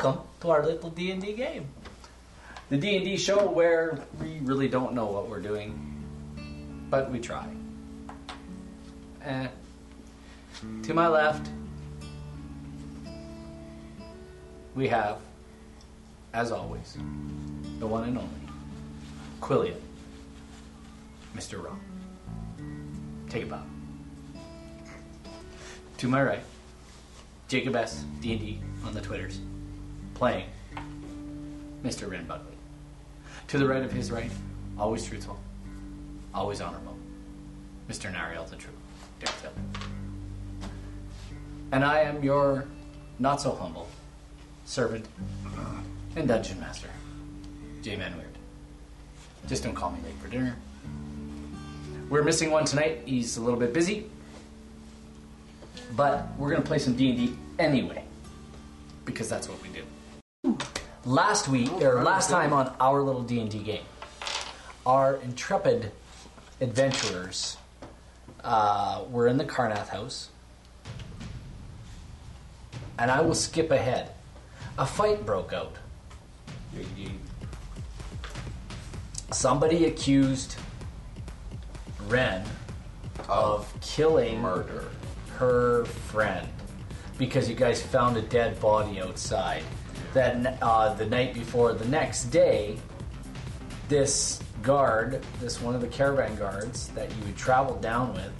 our little D&D game. The D&D show where we really don't know what we're doing, but we try. Eh. To my left, we have, as always, the one and only, Quillian, Mr. Rowe. Take a bow. To my right, Jacob S. D&D on the Twitters, playing Mr. Ren Buckley. To the right of his right, always truthful, always honorable, Mr. Nariel the True, Derek Taylor. And I am your not so humble servant and dungeon master, J Man Weird. Just don't call me late for dinner. We're missing one tonight. He's a little bit busy, but we're gonna play some D and D anyway because that's what we do. Last week or last time on our little D and D game, our intrepid adventurers uh, were in the Carnath house, and I will skip ahead. A fight broke out. Somebody accused Ren of killing Murder. her friend because you guys found a dead body outside. That n- uh, the night before, the next day, this guard, this one of the caravan guards that you had traveled down with,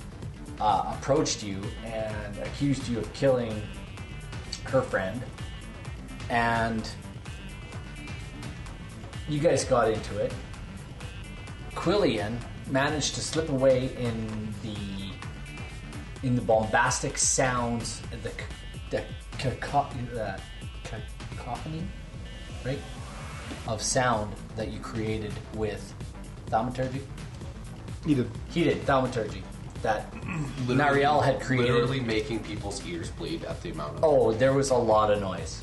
uh, approached you and accused you of killing her friend, and you guys got into it. Quillian managed to slip away in the in the bombastic sounds, the c- the caco- uh, cacophony, right, of sound that you created with thaumaturgy, Needed. heated thaumaturgy that Nariel had created. Literally making people's ears bleed at the amount of. Oh, there was a lot of noise.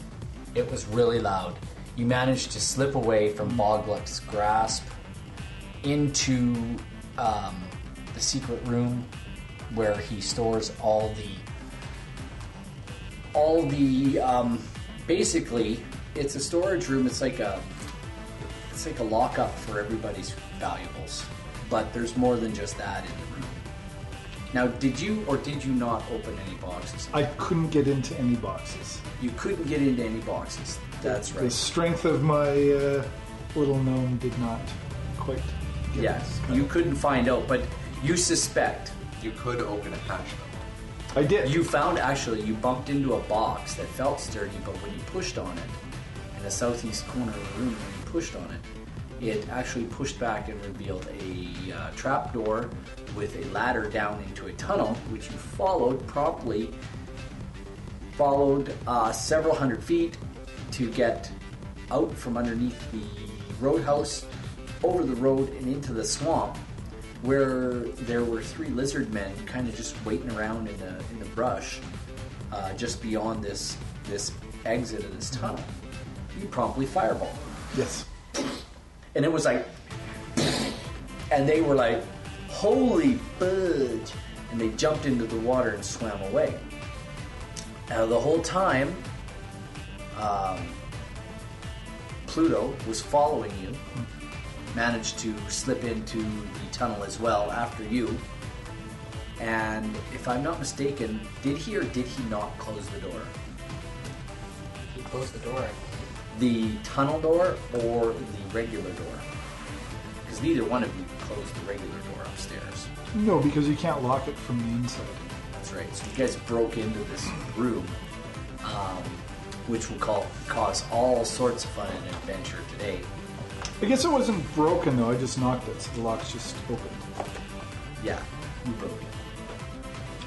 It was really loud. You managed to slip away from Boglup's grasp into um, the secret room where he stores all the all the um, basically it's a storage room. It's like a it's like a lockup for everybody's valuables, but there's more than just that in the room. Now, did you or did you not open any boxes? I couldn't get into any boxes. You couldn't get into any boxes. That's The right. strength of my uh, little gnome did not quite. Get Yes, it. you couldn't find out, but you suspect. You could open a hatch though. I did. You found actually you bumped into a box that felt sturdy, but when you pushed on it, in the southeast corner of the room, when you pushed on it, it actually pushed back and revealed a uh, trap door with a ladder down into a tunnel, which you followed promptly. Followed uh, several hundred feet to get out from underneath the roadhouse, over the road, and into the swamp, where there were three lizard men kind of just waiting around in the in the brush, uh, just beyond this this exit of this tunnel. You promptly fireball, Yes. and it was like, and they were like, "Holy fudge!" and they jumped into the water and swam away. Now the whole time, um, Pluto was following you. Managed to slip into the tunnel as well after you. And if I'm not mistaken, did he or did he not close the door? He closed the door. The tunnel door or the regular door? Because neither one of you closed the regular door upstairs. No, because you can't lock it from the inside. That's right. So you guys broke into this room, um, which will call, cause all sorts of fun and adventure today. I guess it wasn't broken though. I just knocked it, so the lock's just open. Yeah, you broke it.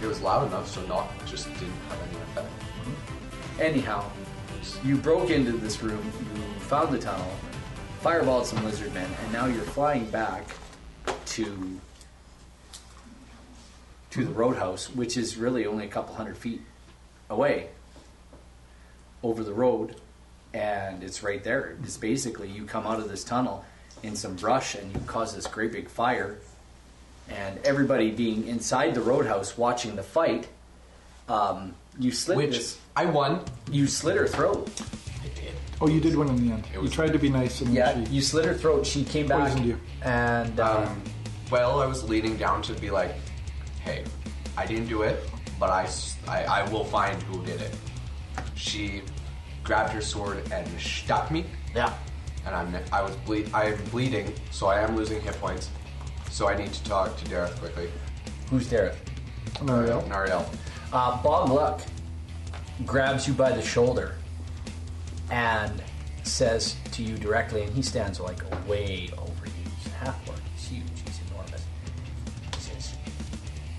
It was loud enough, so knock just didn't have any effect. Anyhow, you broke into this room, you found the tunnel, fireballed some lizard men, and now you're flying back to to the roadhouse, which is really only a couple hundred feet away over the road, and it's right there. It's basically you come out of this tunnel in some brush and you cause this great big fire, and everybody being inside the roadhouse watching the fight, um, you slit Which this I won. you slit her throat. I did. Oh, you did one in the end. It You was- tried to be nice and Yeah, then she. you slit her throat. She came back Poisoned you. and uh, Um, well, I was leaning down to be like, hey, I didn't do it, but I, s- I- I will find who did it. She grabbed her sword and stabbed me, yeah, and I'm I was bleed I'm bleeding, so I am losing hit points. So I need to talk to Dareth quickly. who's there? Nariel. Nariel. Uh, Bob Luck grabs you by the shoulder and says to you directly, and he stands like way over you. He's a half orc. He's huge. He's enormous. He says,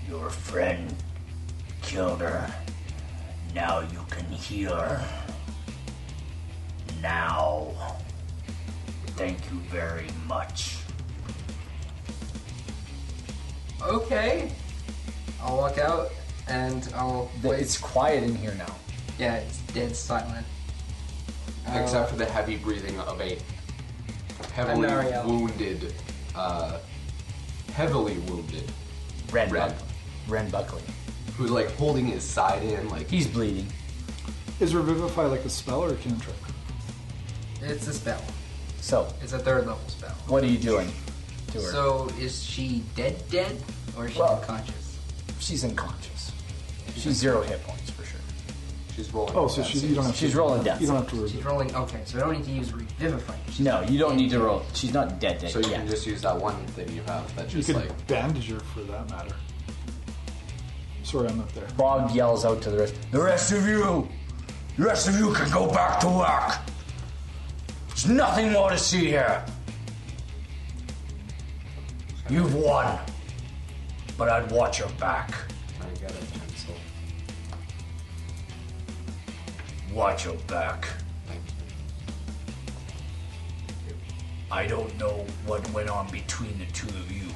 "Your friend killed her. Now you can heal her. Now, thank you very much." Okay. I'll walk out and I'll wait. It's quiet in here now. yeah, it's dead silent. Uh, Except for the heavy breathing of a heavily Nariel. wounded, uh, heavily wounded, Ren, Ren. Buck- Ren Buckley. who's like holding his side in, like He's bleeding. Is Revivify like a spell or a cantrip? it's a spell. So, It's a third level spell. What are you doing to her? So is she dead, dead, or is she Well- unconscious? she's unconscious. She's zero hit points for sure. she's rolling. Oh, so she, you don't have She's to. rolling death You don't have to worry. She's about rolling. Okay, so I don't need to use revivify. She's No, you don't need to roll. She's not dead dead So you yet. can just use that one thing you have that it. You just could like bandage her for that matter. Sorry, I'm not there. Bob yells out to the rest. The rest of you, the rest of you can go back to work. There's nothing more to see here. You've won, but I'd watch your back. I get a pencil. Watch your back. I don't know what went on between the two of you.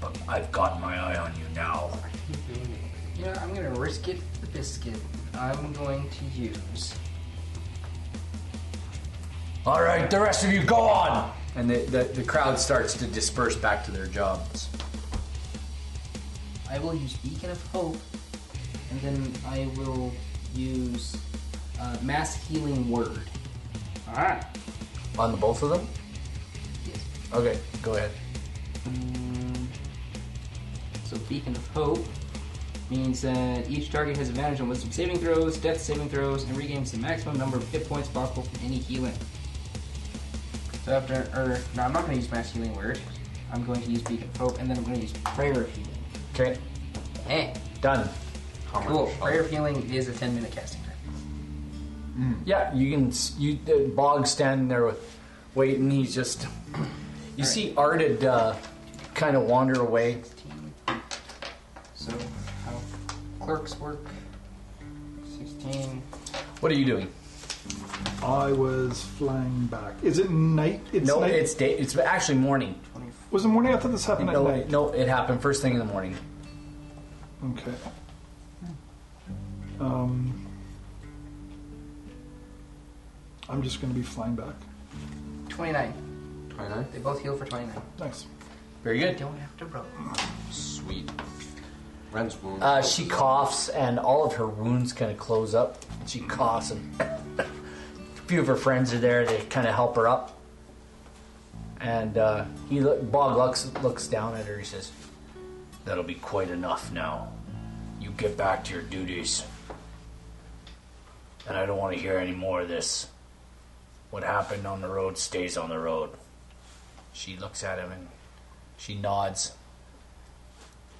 But I've got my eye on you now. You know, I'm gonna risk it for the biscuit. I'm going to use. All right, the rest of you go on! And the, the, the crowd starts to disperse back to their jobs. I will use Beacon of Hope, and then I will use uh, Mass Healing Word. All right. On the both of them? Yes. Okay, go ahead. Um, so Beacon of Hope means that each target has advantage on wisdom saving throws, death saving throws, and regains the maximum number of hit points possible from any healing. So after, or no, I'm not going to use Mass Healing Word. I'm going to use Beacon of Hope, and then I'm going to use Prayer of Healing. Oh Okay, Hey, done. How cool. much? Prayer of Healing is a 10 minute casting time. Yeah, you can. s- You uh, Bog standing there with waiting. He's just. You see Arted uh, kind of wander away. So how clerks work? 16. What are you doing? I was flying back. Is it night? It's no, night. it's day. It's actually morning. Was the morning after this happened at No, night? no, it happened first thing in the morning. Okay. Um, I'm just going to be flying back. 29. 29? They both heal for 29. Nice. Very good. Don't have to roll. Sweet. Ren's wound. Uh, she coughs, and all of her wounds kind of close up. She coughs, and a few of her friends are there. They kind of help her up. And uh, he lo- Bog looks looks down at her. He says, "That'll be quite enough now. You get back to your duties, and I don't want to hear any more of this. What happened on the road stays on the road." She looks at him and she nods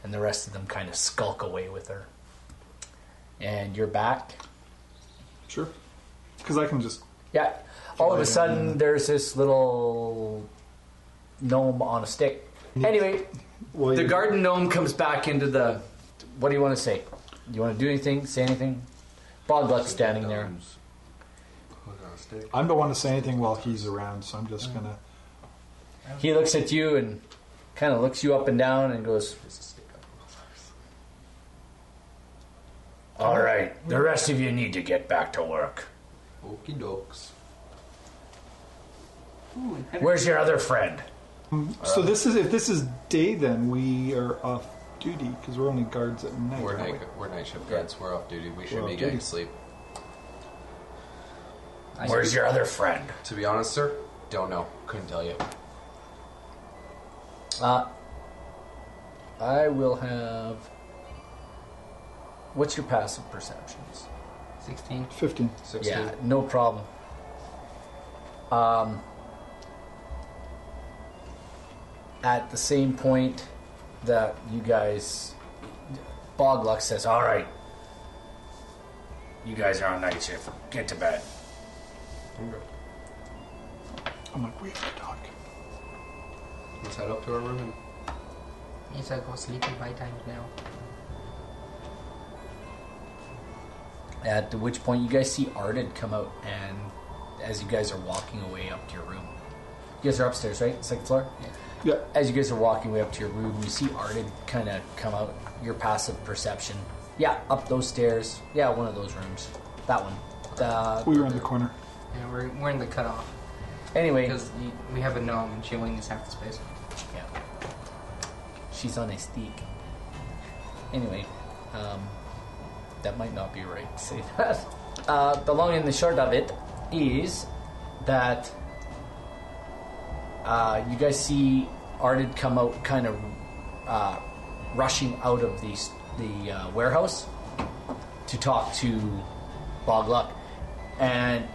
and the rest of them kind of skulk away with her. And you're back. Sure. Because I can just. Yeah. All of Yeah. a sudden, there's this little gnome on a stick. Anyway, Well, the you- garden gnome comes back into the. What do you want to say? You want to do anything? Say anything? Bob Luck's standing there. I don't want to say anything while he's around, so I'm just going to. He looks at you and kind of looks you up and down and goes, All right, the rest of you need to get back to work. Okie dokes. Ooh, and heavy- Where's your other friend? um, So this is if this is day, then we are off duty because we're only guards at night. We're aren't we? night, we're night shift guards. We're off duty. We should We're be off getting duty. sleep. I Where's your other friend? To be honest, sir, don't know. Couldn't tell you. Uh, I will have. What's your passive perceptions? 16. 15. 16. Yeah, no problem. Um, at the same point that you guys, Bogluck says, "All All right, right. You guys are on night shift. Get to bed. Okay. I'm like, we have to talk. Let's head up to our room and Means I go sleepy by time now. At which point you guys see Arded come out and as you guys are walking away up to your room. You guys are upstairs, right? Second floor? Yeah. As you guys are walking way up to your room, you see Arded kinda come out, your passive perception. Yeah, up those stairs. Yeah, one of those rooms. That one. The, We were in the corner. Yeah, we're, we're in the cutoff. anyway, Because y- we have a gnome and she only needs half the space. yeah. She's on a steak. Anyway, um, that might not be right to say that. Uh, the long and the short of it is that uh, you guys see Ardid come out kind of uh, rushing out of the, the uh, warehouse to talk to Bogluck. And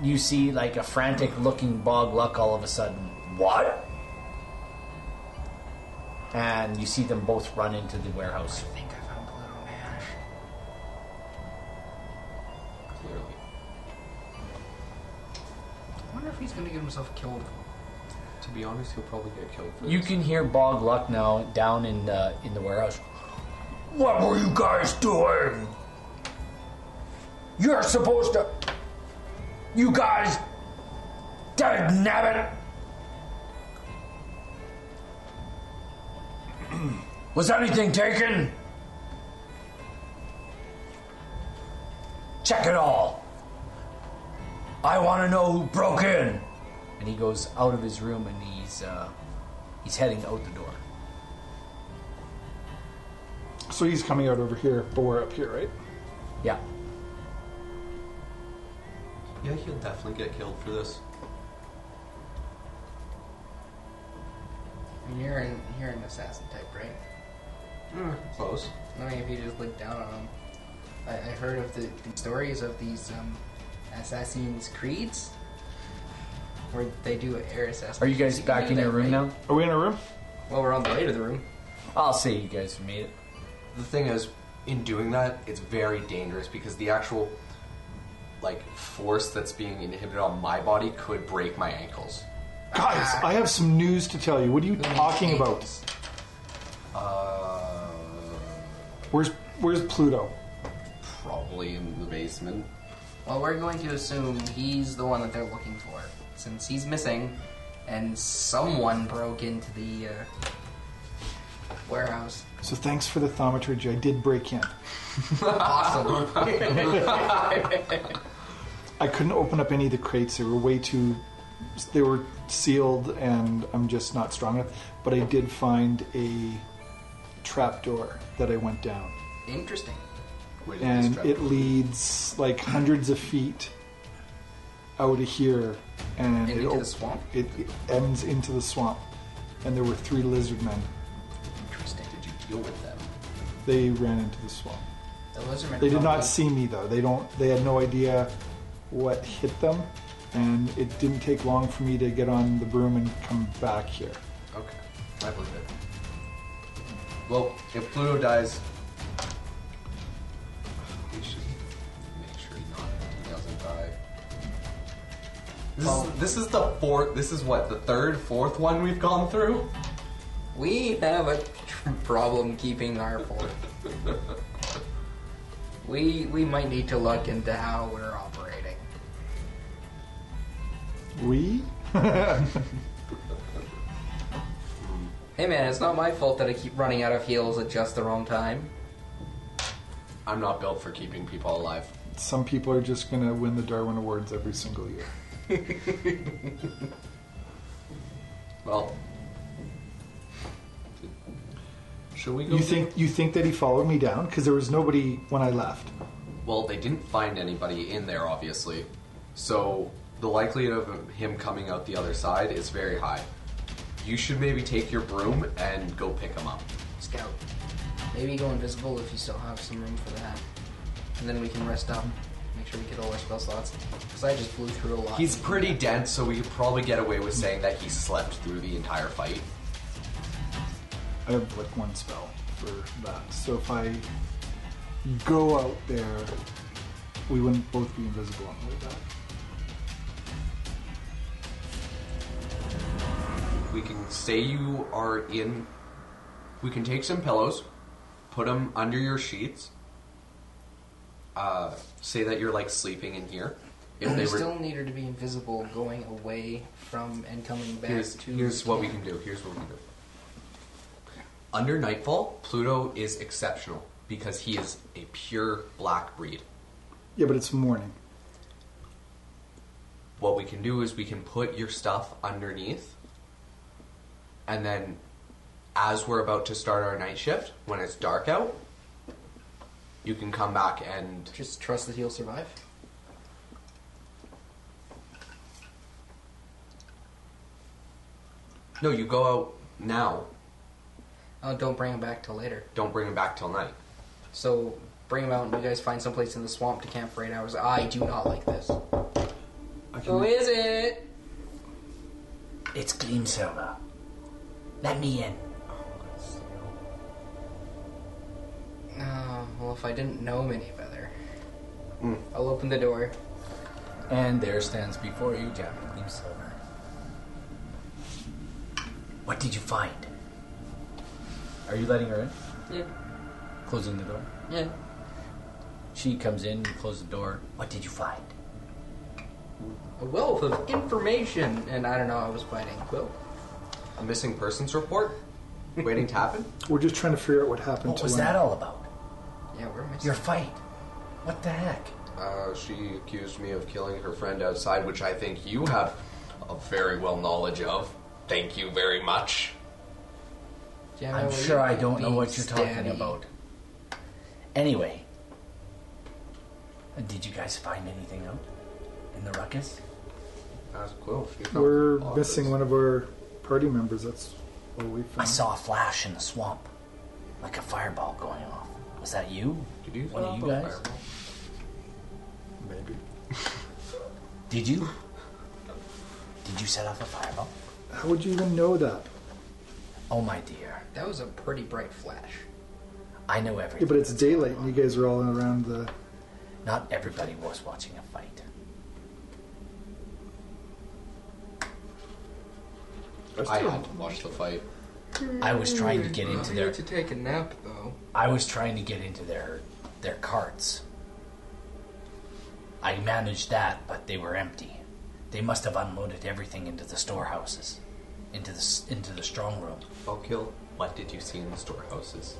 you see like a frantic looking Bogluck all of a sudden. What? And you see them both run into the warehouse. I think I found a little man. clearly. I wonder if he's gonna get himself killed. To be honest, he'll probably get killed for You this. can hear Bog Luck now down in uh, the in the warehouse. What were you guys doing? You're supposed to. You guys. Dad nabbit! Was anything taken? Check it all. I want to know who broke in. And he goes out of his room and he's uh, he's heading out the door. So he's coming out over here, but we're up here, right? Yeah. Yeah, he'll definitely get killed for this. And you're an, you're an assassin type, right? Close. Knowing if you just look down on him. I, I heard of the, the stories of these um, assassins' creeds. Where they do air assassins. Are you guys back in your room now? Are we in a room? Well, we're on the way to the room. I'll say you guys made it. The thing is, in doing that, it's very dangerous because the actual like force that's being inhibited on my body could break my ankles. Guys, I have some news to tell you. What are you talking about? Uh, Where's Where's Pluto? probably in the basement. Well, we're going to assume he's the one that they're looking for, since he's missing, and someone broke into the uh, warehouse. So thanks for the thaumaturgy. I did break in. Awesome. I couldn't open up any of the crates. They were way too. They were sealed, and I'm just not strong enough. But I did find a trapdoor that I went down, Interesting. Which and is it leads like hundreds of feet out of here, and And it, into op- the swamp. it it ends into the swamp. And there were three lizard men. Interesting. Did you deal with them? They ran into the swamp. The lizardmen. They did probably- not see me though. They don't. They had no idea what hit them, and it didn't take long for me to get on the broom and come back here. Okay, I believe it. Well, if Pluto dies, we should make sure not he doesn't die. This, Well- is, this is the fourth. This is what the third, fourth one we've gone through. We have a tr- problem keeping our fort. we we might need to look into how we're operating. We? Hey man, it's not my fault that I keep running out of heals at just the wrong time. I'm not built for keeping people alive. Some people are just gonna win the Darwin Awards every single year. Well, should we go? You think you think that he followed me down because there was nobody when I left. Well, they didn't find anybody in there, obviously. So the likelihood of him coming out the other side is very high. You should maybe take your broom and go pick him up. Scout. Maybe go invisible if you still have some room for that. And then we can rest up, make sure we get all our spell slots. Because I just blew through a lot. He's pretty dense, so we could probably get away with saying that he slept through the entire fight. I have like one spell for that. So if I go out there, we wouldn't both be invisible on the way back. We can say you are in. We can take some pillows, put them under your sheets. Uh, say that you're like sleeping in here. If we they were, still need her to be invisible going away from and coming back here's, to. here's what we can do. Here's what we can do. Under nightfall, Pluto is exceptional because he is a pure black breed. Yeah, but it's morning. what we can do is we can put your stuff underneath and then as we're about to start our night shift when it's dark out you can come back and Just trust that he'll survive. no you go out now Oh, don't bring him back till later. don't bring him back till night So bring him out and you guys find someplace in the swamp to camp for eight hours. I do not like this. I can, Who is it? It's Gleam Silver. Let me in. Oh, well, if I didn't know him any better, Hmm. I'll open the door. And there stands before you, Captain Gleam Silver. What did you find? Are you letting her in? Yeah. Closing the door? Yeah. She comes in, you close the door. What did you find? A wealth of information, and I don't know. I was biting quill. a missing persons report waiting to happen we're just trying to figure out what happened What to was him. Oh, that all about? Yeah, we're missing. Your fight. What the heck? uh, she accused me of killing her friend outside which i think you have a very well knowledge of thank you very much Gemma, I'm will Oh, you sure I don't be know what you're talking stabby? about. Anyway, did you guys find anything out in the ruckus? that's Uh, cool She found We're lockers. missing one of our party members. That's what we found. Oh, I saw a flash in the swamp, like a fireball going off. Was that you? did you One of find you a guys? fireball? Maybe. Did you? Did you set off a fireball? How would you even know that? Oh my dear, That was a pretty bright flash. I know Yeah, everything. but it's daylight and you guys are all around the. Not everybody was watching a fight. i had to watch the fight I was trying to Uh, get into their. take a nap though. I was trying to get into their their carts. I managed that, but they were empty. They must have unloaded everything into the storehouses, into the s- into the strong room. Falkill, what did you see in the storehouses?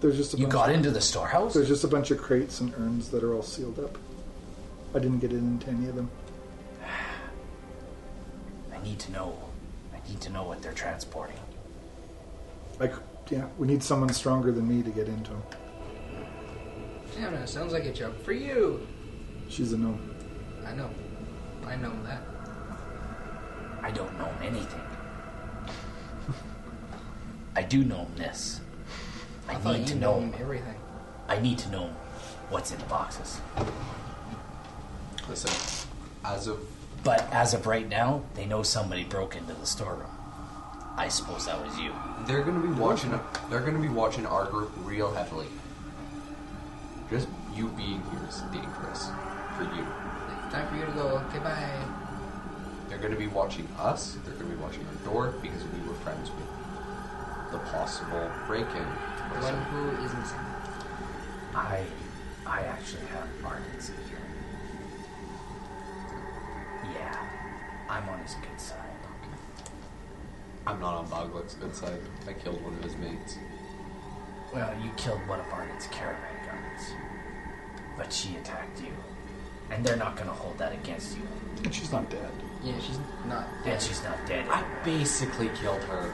There's just a You bunch got of, into the storehouse? There's just a bunch of crates and urns that are all sealed up. I didn't get into any of them. I need to know. I need to know what they're transporting. I c yeah, we need someone stronger than me to get into them. Damn it! Sounds like a job for you. She's a gnome. I know. I know that. I don't know anything. I do know this. I, I, thought need to you know know. everything. I need to know what's in the boxes. Listen, as of But as of right now, they know somebody broke into the storeroom. I suppose that was you. they're gonna be watching, they're gonna be watching our group real heavily. Just you being here is dangerous for you. It's time for you to go. Okay, bye. They're gonna be watching us. They're gonna be watching our door because we were friends with the possible break-in. The one who is missing. I, I actually have Arden's here. Yeah, I'm on his good side. I'm not on Bogluck's good side. I killed one of his mates. Well, you killed one of Arden's caravan guards, but she attacked you, and they're not going to hold that against you. And she's not dead. Yeah, she's not And dead. she's not dead. I basically killed her.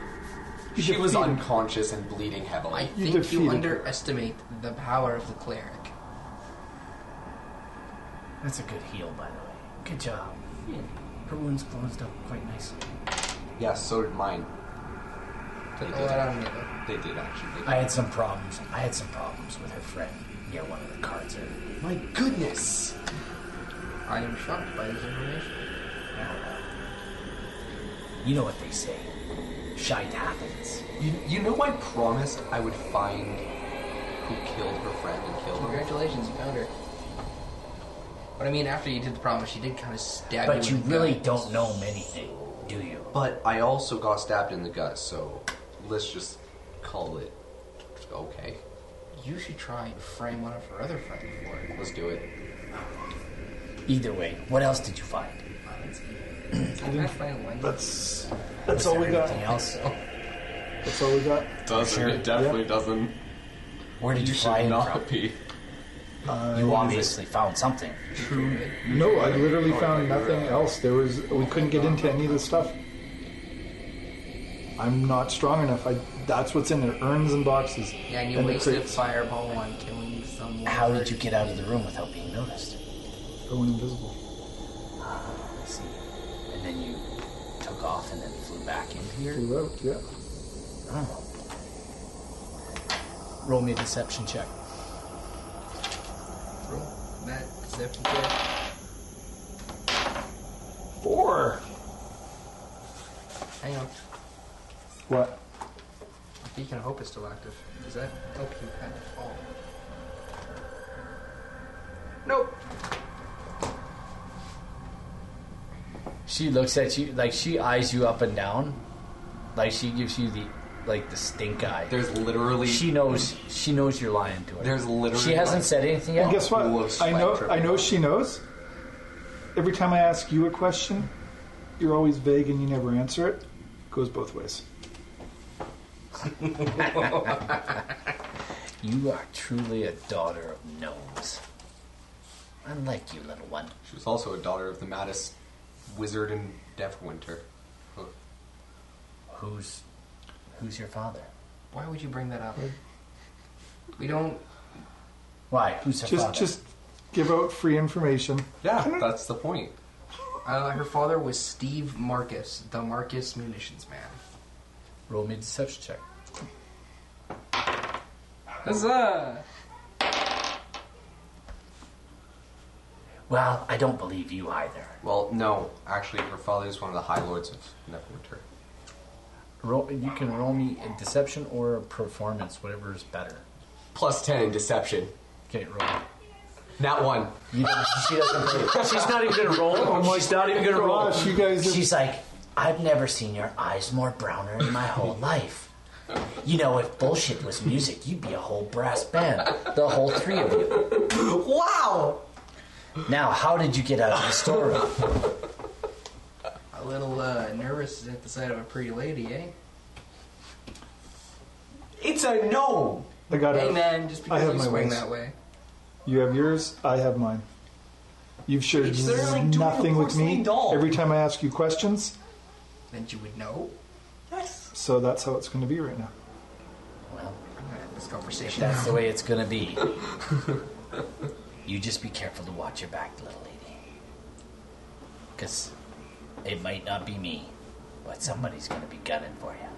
She was unconscious and bleeding I heavily. You think you, defeated her. underestimate the power of the cleric. That's a good heal, by the way. Good job. Her wounds closed up quite nicely. Yes, so did mine. Took a lot out of me though. They did actually. Oh I had some problems. I had some problems with her friend near one of the cards earlier. My goodness! I am shocked by this information. Now, uh, you know what they say. Shite happens. You, you know I promised I would find who killed her friend and killed her. Congratulations, you found her. But I mean, after you did the promise, she did kind of stab you. But you in the really gut. don't know many things, do you? But I also got stabbed in the gut, so let's just call it okay. You should try and frame one of her other friends for it. Let's do it. Either way, what else did you find? Can I find one? That's Was that's all there we got. Anything else? That's all we got. Doesn't Sure. it? definitely Yep. doesn't. Where did you, find from? be. Uh, You obviously found something. No, I literally found nothing else. There was we couldn't get into any of the stuff. I'm not strong enough. I that's what's in there. Urns and boxes. Yeah, and you and the wasted a crates. fireball on killing someone. How did you get out of the room without being noticed? Going invisible. I see. And then you took off and then flew back in here? Flew out, yeah. Oh. Roll me a deception check. Roll That deception check. Four. Hang on. What? Beacon of Hope is still active. Does that help you kind of fall? Nope. She looks at you like she eyes you up and down, like she gives you the like the stink eye. There's literally. she knows she knows you're lying to her. There's literally. she hasn't like- said anything And yet. guess what? Looks I know. like I know she knows. Every time I ask you a question, you're always vague and you never answer it. Goes both ways. You are truly a daughter of gnomes. Unlike you, little one. She was also a daughter of the maddest wizard in Deathwinter. Huh. Who's who's your father? Why would you bring that up? Hmm. We don't. Why? Who's her Just, father? just give out free information. Yeah, that's the point. Uh, her father was Steve Marcus, the Marcus munitions man. roll me a deception check. Huzzah! Well, I don't believe you either. Well, no, actually, her father is one of the High Lords of Neverwinter. Roll, you can roll me a deception or a performance, whatever is better. Plus ten in deception. Okay, roll. Not one. You don't- she doesn't. She's not even gonna roll. she's not even gonna roll. Gosh, you guys are She's like, I've never seen your eyes more browner in my whole life. You know, if bullshit was music, you'd be a whole brass band. The whole three of you. Wow. Now, how did you get out of the storeroom? A little uh, nervous at the sight of a pretty lady, eh? It's a no. uh, I got Hey out. man, just because have you my swing ways. that way. You have yours, I have mine. You've shared It's literally doing a nothing with me porcelain doll. every time I ask you questions, Then you would know. Yes. so that's how it's going to be right now. Well, Alright, This conversation. that's the way it's gonna be. You just be careful to watch your back, little lady. Because it might not be me, but somebody's gonna be gunning for you.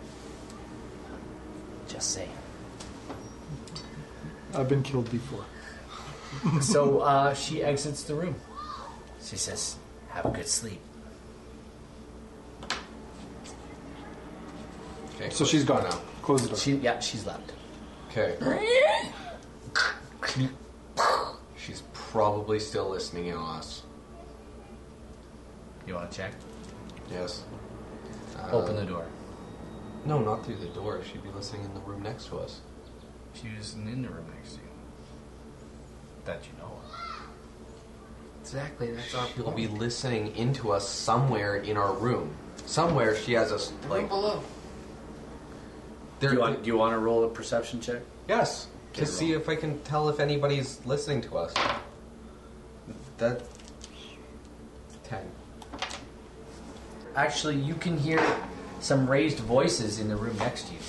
Just saying. I've been killed before. So uh, she exits the room. She says, have a good sleep. Okay, So she's gone now. Close the door. She yeah, she's left. Okay. she's probably still listening in on us. You want to check? Yes. Open the door. No, not through the door. She'd be listening in the room next to us. She isn't in the room next to you. That you know. of. Exactly, that's our She'll be listening into us somewhere in our room. Somewhere she has us Right like below. there. Do you want do you want to roll a perception check? Yes, to Okay, see roll. if I can tell if anybody's listening to us. That ten. Actually, you can hear some raised voices in the room next to you.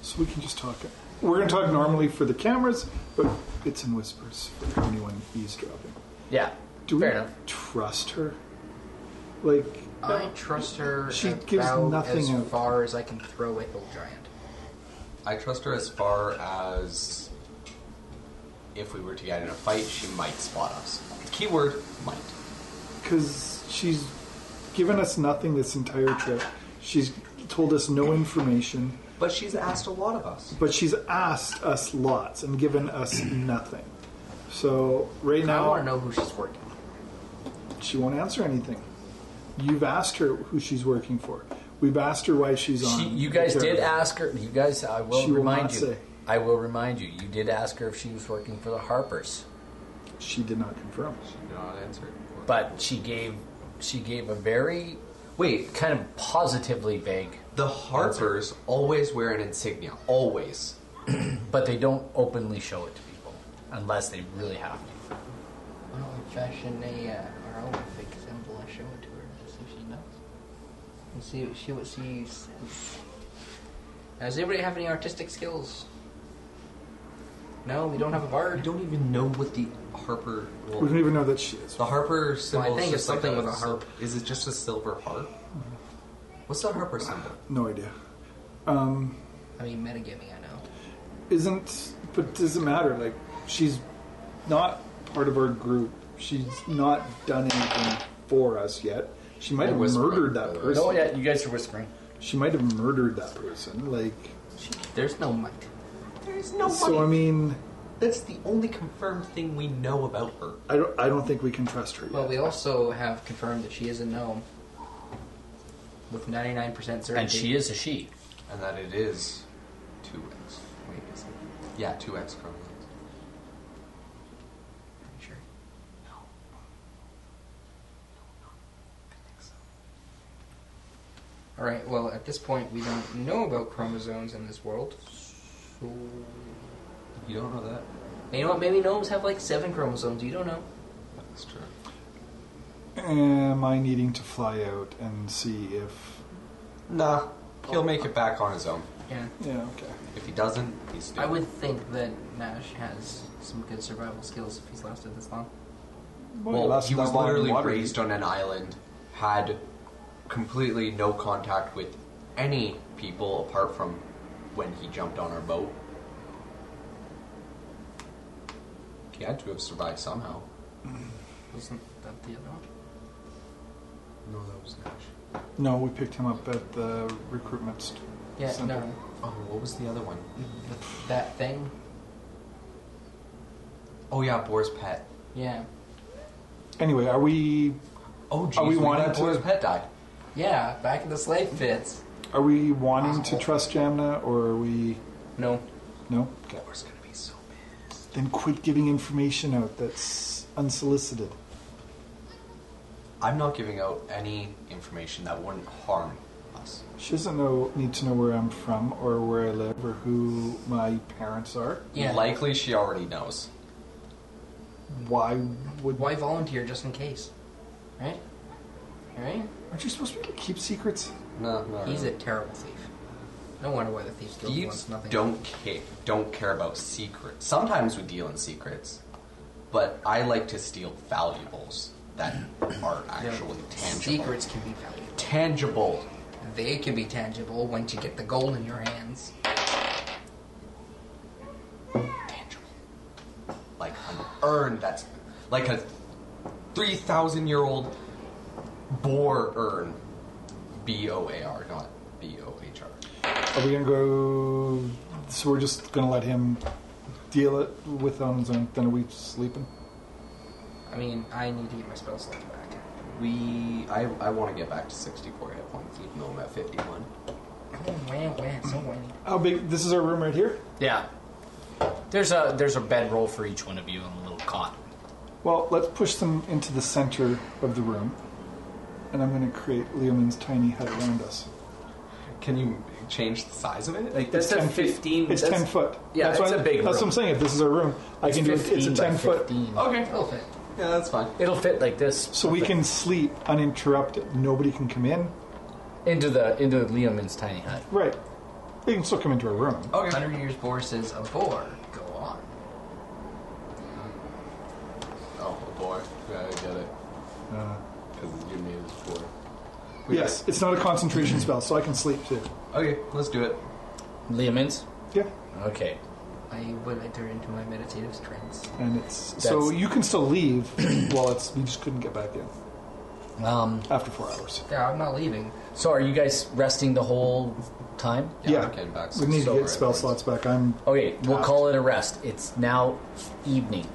So we can just talk. We're going to talk normally for the cameras, but it's in whispers for anyone eavesdropping. Yeah. Do we Fair enough. trust her? Like, I trust her She about gives nothing as out. far as I can throw a hill giant. I trust her as far as if we were to get in a fight, she might spot us. Keyword might. because she's given us nothing this entire trip. She's told us no information, But she's asked a lot of us. but she's asked us lots and given us nothing. So right I want to now, know who she's working. she won't answer anything. You've asked her who she's working for. We've asked her why she's on. She, you guys the did caravan. ask her. You guys, I will She will remind not you. say. I will remind you. You did ask her if she was working for the Harpers, She did not confirm. She did not answer. but she gave she gave a very wait, kind of positively vague. the Harpers always wear an insignia. Always. But they don't openly show it to people unless they really have to. Why don't we fashion a uh, our own fake symbol and show it to her and see if she knows? Let's see, what- see what she says. Now, does anybody have any artistic skills? No, we don't have a I bard. don't even know what the Harper. well, We don't even know that she is. the Harper symbol. think is it's just like something with a harp. sil- Is it just a silver harp? What's the Harper symbol? No idea. Um, I mean, metagaming, I know. isn't but doesn't matter like she's not part of our group she's not done anything for us yet she might Or have whisper, murdered by that the way. person Oh yeah, you guys are whispering. she might have murdered that person like There's no might. There's no so i mean That's the only confirmed thing we know about her. i don't i don't think we can trust her yet Well, we also have confirmed that she is a gnome with 99% certainty. And she is a she. And that it is 2x. Wait, is it? Yeah, 2x chromosomes. Sure. All right. Well, at this point, we don't know about chromosomes in this world. So, You don't know that? you know what? Maybe gnomes have like seven chromosomes. You don't know. That's true. am i needing to fly out and see if Nah. He'll make it back on his own. Yeah. yeah okay If he doesn't, he's I would think that Nash has some good survival skills if he's lasted this long. Well, that's he not was long in literally water. raised on an island, had completely no contact with any people apart from when he jumped on our boat. He had to have survived somehow. Wasn't that the other one? No, that was Nash. no we picked him up at the recruitment st- Yeah. Something. No. Oh, what was the other one? That thing. Oh yeah, Boar's pet. Yeah. anyway are we Oh, geez, Are we we wanting had to- Boar's pet died. Yeah. Back in the slave pits. are we wanting to Wow. trust jamna or are we No. no Boar's gonna be so pissed. then quit giving information out that's unsolicited I'm not giving out any information that wouldn't harm us. She doesn't know need to know where I'm from or where I live or who my parents are. Yeah. Likely, she already knows. Why would Why volunteer just in case? Right? Right? aren't you supposed to keep secrets? No, no. He's a terrible thief. No wonder why the Thieves Guild Thieves wants nothing. don't care, don't care about secrets. Sometimes we deal in secrets, but I like to steal valuables that are No, actually tangible. Secrets can be valuable. Tangible. They can be tangible once you get the gold in your hands. Tangible. Like an urn that's like a 3,000 year old boar urn. B O A R, not B O H R. Are we gonna go? So we're just gonna let him deal it with on his own. Then are we sleeping? I mean, I need to get my spell slot back. We. I, I want to get back to 64 hit points, even though I'm at 51. Oh, wah, wah, so whiny. How big? This is our room right here. Yeah. There's a there's a bedroll for each one of you and a little cot. Well, let's push them into the center of the room, and I'm gonna create Leoman's tiny hut around us. Can you change the size of it? Like It's that's a 10 feet. fifteen. It's that's- ten foot. yeah, that's it's a what I'm- big That's what room. I'm saying. If this is our room, I can do it. It's a 15 by ten foot. 15. Okay. It'll fit. Yeah, that's fine. It'll fit like this. So we can sleep uninterrupted. Nobody can come in. into the into Liam's tiny hut. Right. They can still come into our room. Okay. 100 Years Boar says, a boar, go on. Oh boy, yeah, I get it. Uh, we Yes, it's not a concentration spell, so I can sleep too. did. Okay, let's do it. Liamens? Yeah, Okay. I would enter into my meditative trance. and it's so That's- you can still leave. well, it's you just couldn't get back in Um, after four hours. Yeah, I'm not leaving. so are you guys resting the whole time? Yeah. we can back We need to sober get spell afterwards. slots back. I'm Okay, we'll Out. call it a rest. It's now evening.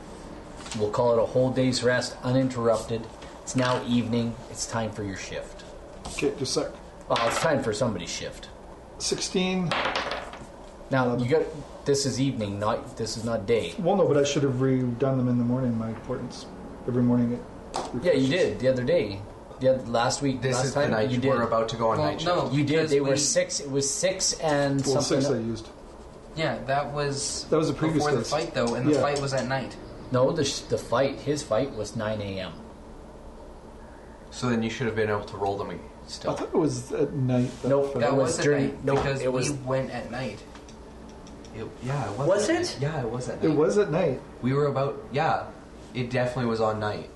We'll call it a whole day's rest, uninterrupted. It's now evening. It's time for your shift. okay. Just a sec. Well, it's time for somebody's shift. Sixteen. Now you got this is evening, not this is not day. Well, no, but I should have redone them in the morning. My importance every morning. It Yeah, you did the other day. The other, last week, This last is the time night you did. we're about to go on Well, night shift. no. you did. Because They were we- six. It was six and well something. six I used. Yeah, that was That was the previous before list. the fight though, and the Yeah. fight was at night. no, the sh- the fight. His fight was nine a.m. So then you should have been able to roll them again. I Still, thought it was at night. that Nope, I- It That was was, at during- night no, because it was- we went at night. It, yeah, it was. Was that it? night. Yeah, it was that night. it was at night. We were about. Yeah, it definitely was on night.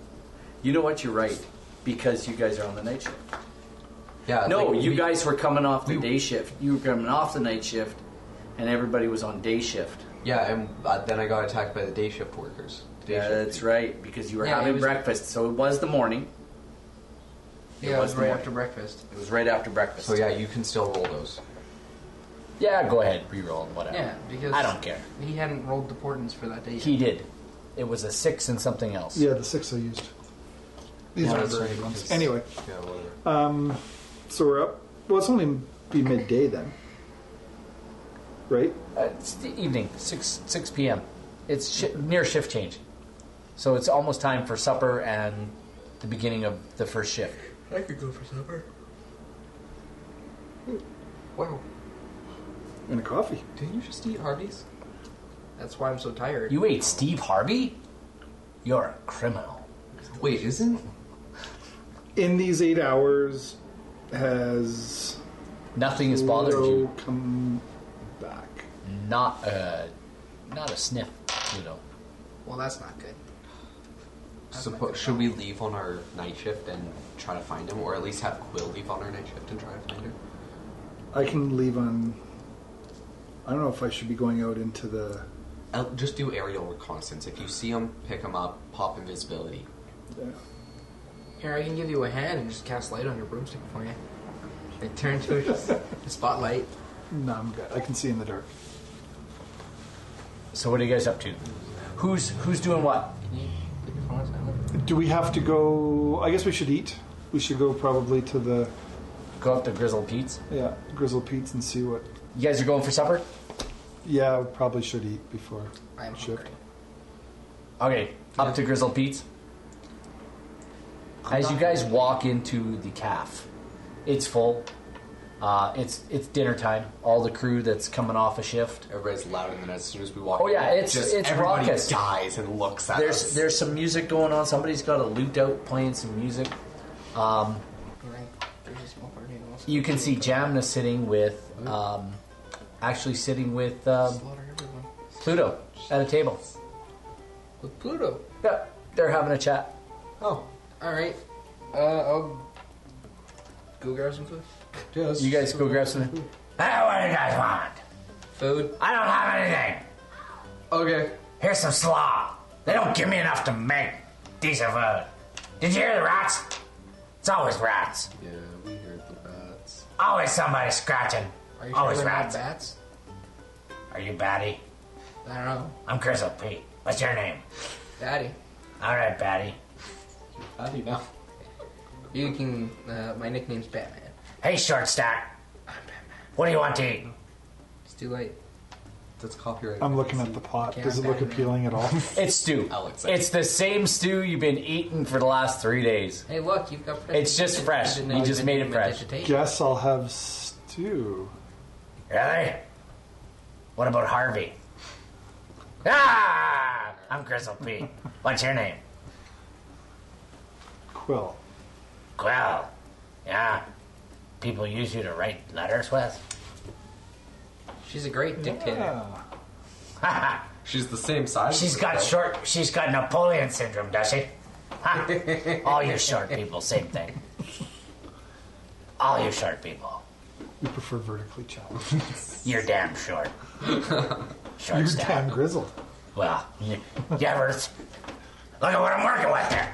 You know what? You're right because you guys are on the night shift. Yeah. No, like, you we- guys were coming off the we- day shift. You were coming off the night shift, and everybody was on day shift. Yeah, and uh, then I got attacked by the day shift workers. Day yeah, shift that's people. right. Because you were Yeah, it having was- breakfast, so it was the morning. It Yeah, it was was right morning. after breakfast. It was right after breakfast. So yeah, you can still roll those. yeah. Go ahead, re-roll and whatever. Yeah, because I don't care. He hadn't rolled the portents for that day. Yet. He did. It was a six and something else. Yeah, the six I used. These Yeah, are that's the right, ones. because- Anyway, Yeah, whatever. um, so we're up. Well, it's only be midday then, right? Uh, it's the evening, six six p.m. It's shi near shift change, so it's almost time for supper and the beginning of the first shift. Wow, And a coffee. Didn't you just eat Harvey's? that's why I'm so tired. You ate Steve Harvey? You're a criminal. Wait, isn't In these eight hours, has Nothing has bothered Pluto you. come back? Not a not a sniff, Pluto. Well, that's not good. That's not suppo- good. should we leave on our night shift and try to find him, or at least have Quill leave on our night shift and try to find him? I can leave on. I don't know if I should be going out into the. i just do aerial reconnaissance. If you see him, pick him up, pop invisibility. Yeah. Here, I can give you a hand and just cast light on your broomstick for you. It turned to a spotlight. No, I'm good. I can see in the dark. So what are you guys up to? Who's who's doing what? Can you put your phone on silent? Do we have to go? I guess we should eat. We should go probably to the Go up to Grizzle Pete's. yeah Grizzle Pete's and see what. You guys are going for supper? Yeah, we probably should eat before. I am Shift. hungry. Okay, up to Grizzle Pete's. As you guys walk into the calf, it's full. Uh, it's it's dinner time. All the crew that's coming off a shift. Everybody's loud, and then as soon as we walk, Oh, yeah, in, it's- just it's everybody raucous. dies and looks at There's us. there's some music going on. Somebody's got a lute out playing some music. Um, You're right. There's a small party and also- you can see Jamna sitting with, um, actually sitting with um, Slaughter everyone. Pluto at a table. With Pluto. Yeah, they're having a chat. oh, All right. Uh, I'll go grab some food. yes. You guys go grab some. I don't know what you guys want. Food. I don't have anything. okay. Here's some slaw. They don't give me enough to make decent food. Did you hear the rats? It's always rats. Yeah, we heard the bats. Always somebody scratching. Are Oh, you sure always they're not rats. bats? Are you Batty? I don't know. I'm Grizzle Pete. What's your name? Daddy. All right, Batty. How do you know? You can. Uh, my nickname's Batman. Hey, short stack. What do you want to eat? It's too late. That's copyright. I'm looking at the pot. Yeah, Does it look Batman. appealing at all? It's stew. Alex, I- It's the same stew you've been eating for the last three days. Hey, look, you've got fresh. It's just vegeta- fresh. vegeta- You just vegeta- made it fresh. vegetation. Guess I'll have stew. Really? What about Harvey? Ah! I'm Grizzle Pete. What's your name? Quill. Well, yeah. People use you to write letters with. She's a great dictator. Yeah. She's the same size. She's as got us. short. She's got Napoleon syndrome, does she? Ha. All you short people, same thing. All you short people. We prefer vertically challenged. You're damn short. Short You're staff. damn grizzled. Well, you, you ever s- look at what I'm working with there?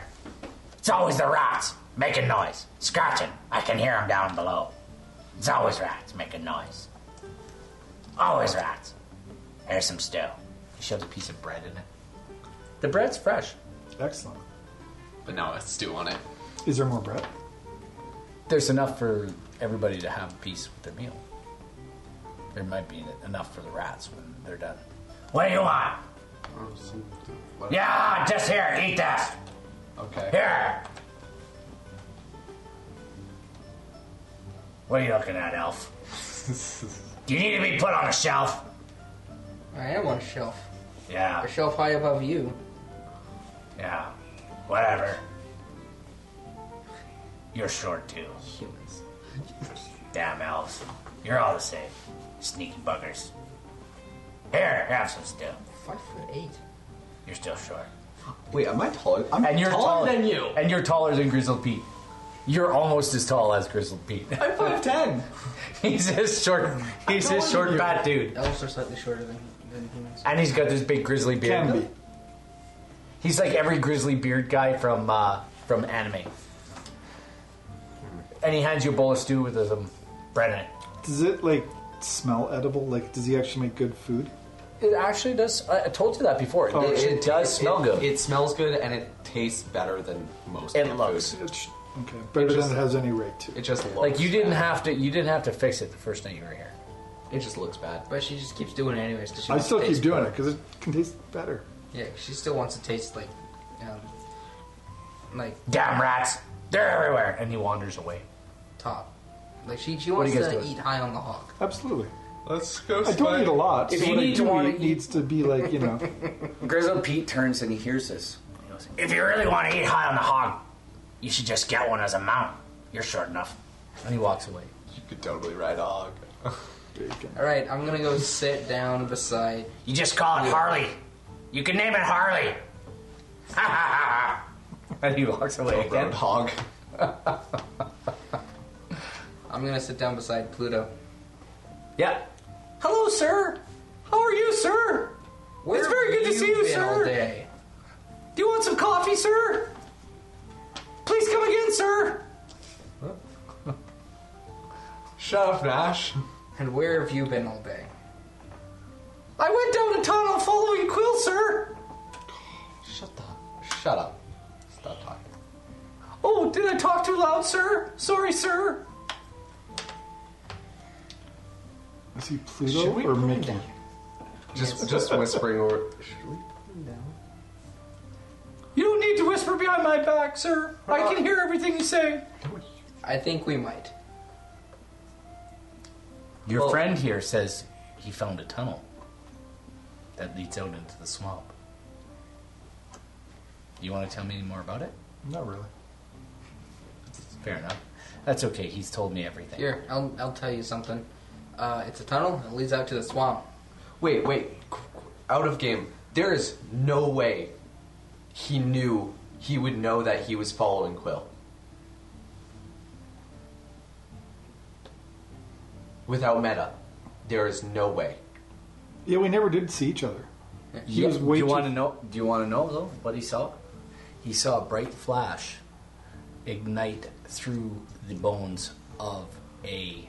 It's always the rats making noise, scratching. I can hear them down below. It's always rats making noise. Always rats. Here's some stew. He shoves a piece of bread in it. The bread's fresh. Excellent. But now it's stew on it. Is there more bread? There's enough for everybody to have a piece with their meal. There might be enough for the rats when they're done. What do you want? What- Yeah, just here. Eat this. Okay. Here. What are you looking at, Elf? you need to be put on a shelf. I am on a shelf. Yeah. A shelf high above you. Yeah, whatever. You're short too. Humans. Damn elves. You're all the same. Sneaky buggers. Here, have some stew. Five foot eight. You're still short. Wait, am I taller? I'm And you're taller, than you. And you're taller than Grizzled Pete. You're almost as tall as Grizzled Pete. I'm five ten. he's this short. He's this short, fat dude. Elves are slightly shorter than, than humans. And he's got this big grizzly beard. Can be. He's like every grizzly beard guy from uh, from anime. And he hands you a bowl of stew with um, some bread in it. Does it like smell edible? Like, does he actually make good food? It actually does. I I told you that before. Oh, it, it does smell good. It smells good and it tastes better than most. It canned looks. food. It's, okay, better just- than it has any rate to. It just looks like you didn't bad. have to. You didn't have to fix it the first night you were here. It just looks bad. But she just keeps doing it anyways. 'cause she I wants still to keep taste doing good. it because it can taste better. Yeah, she still wants to taste like, um, like Damn rats. They're everywhere. And he wanders away. top. Like she, she wants do you guys to do? eat high on the hog. Absolutely. Let's go. I don't eat a lot. If so you what I need to do wanna eat, eat- needs to be like you know. Grizzle Pete turns and he hears this. He goes, If you really want to eat high on the hog, you should just get one as a mount. You're short enough. and he walks away. You could totally ride a hog. bacon. All right, I'm gonna go sit down beside. You just call it Harley. You can name it Harley. And he walks away again. hog. I'm gonna sit down beside Pluto. Yeah. Hello, sir. How are you, sir? Where It's very have good to see you, been All sir. day? Do you want some coffee, sir? Please come again, sir. Shut up, Nash. And where have you been all day? I went down to tunnel following Quill, sir. Shut up. Shut up. Stop talking. Oh, did I talk too loud, sir? Sorry, sir. Is he Pluto Should we or put him Mickey? down? Just, just whispering over. Should we? You don't need to whisper behind my back, sir. I can hear everything you say. I think we might. Your Well- friend here says he found a tunnel that leads out into the swamp. You want to tell me any more about it? Not really. Fair enough. That's okay. He's told me everything. Here, I'll, I'll tell you something. Uh, it's a tunnel. It leads out to the swamp. Wait, wait. Qu- qu- Out of game. There is no way he knew he would know that he was following Quill. Without meta, there is no way. Yeah, we never did see each other. He Yeah, was way do you too- want to know? Do you want to know though what he saw? He saw a bright flash ignite through the bones of a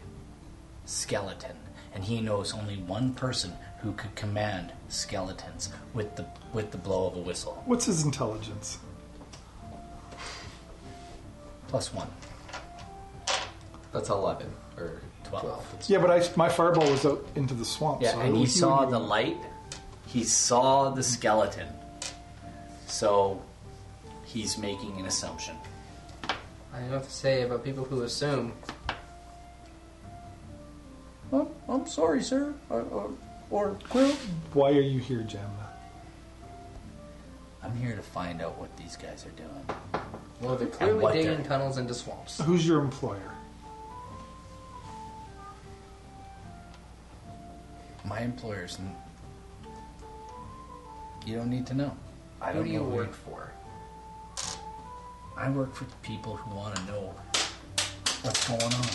skeleton, and he knows only one person who could command skeletons with the with the blow of a whistle. What's his intelligence? Plus one. That's eleven or 12. Yeah, but I, my fireball was out into the swamp. Yeah, so and I he was saw doing- the light. He saw the skeleton. So he's making an assumption. I don't know what to say about people who assume. I'm, I'm sorry, sir. Or, or, or Quill. Why are you here, Jamna? I'm here to find out what these guys are doing. Well, they're And what clearly digging they're- tunnels into swamps. Who's your employer? My employers, n- you don't need to know. I Who don't do you know work for? I work for the people who want to know What's going on?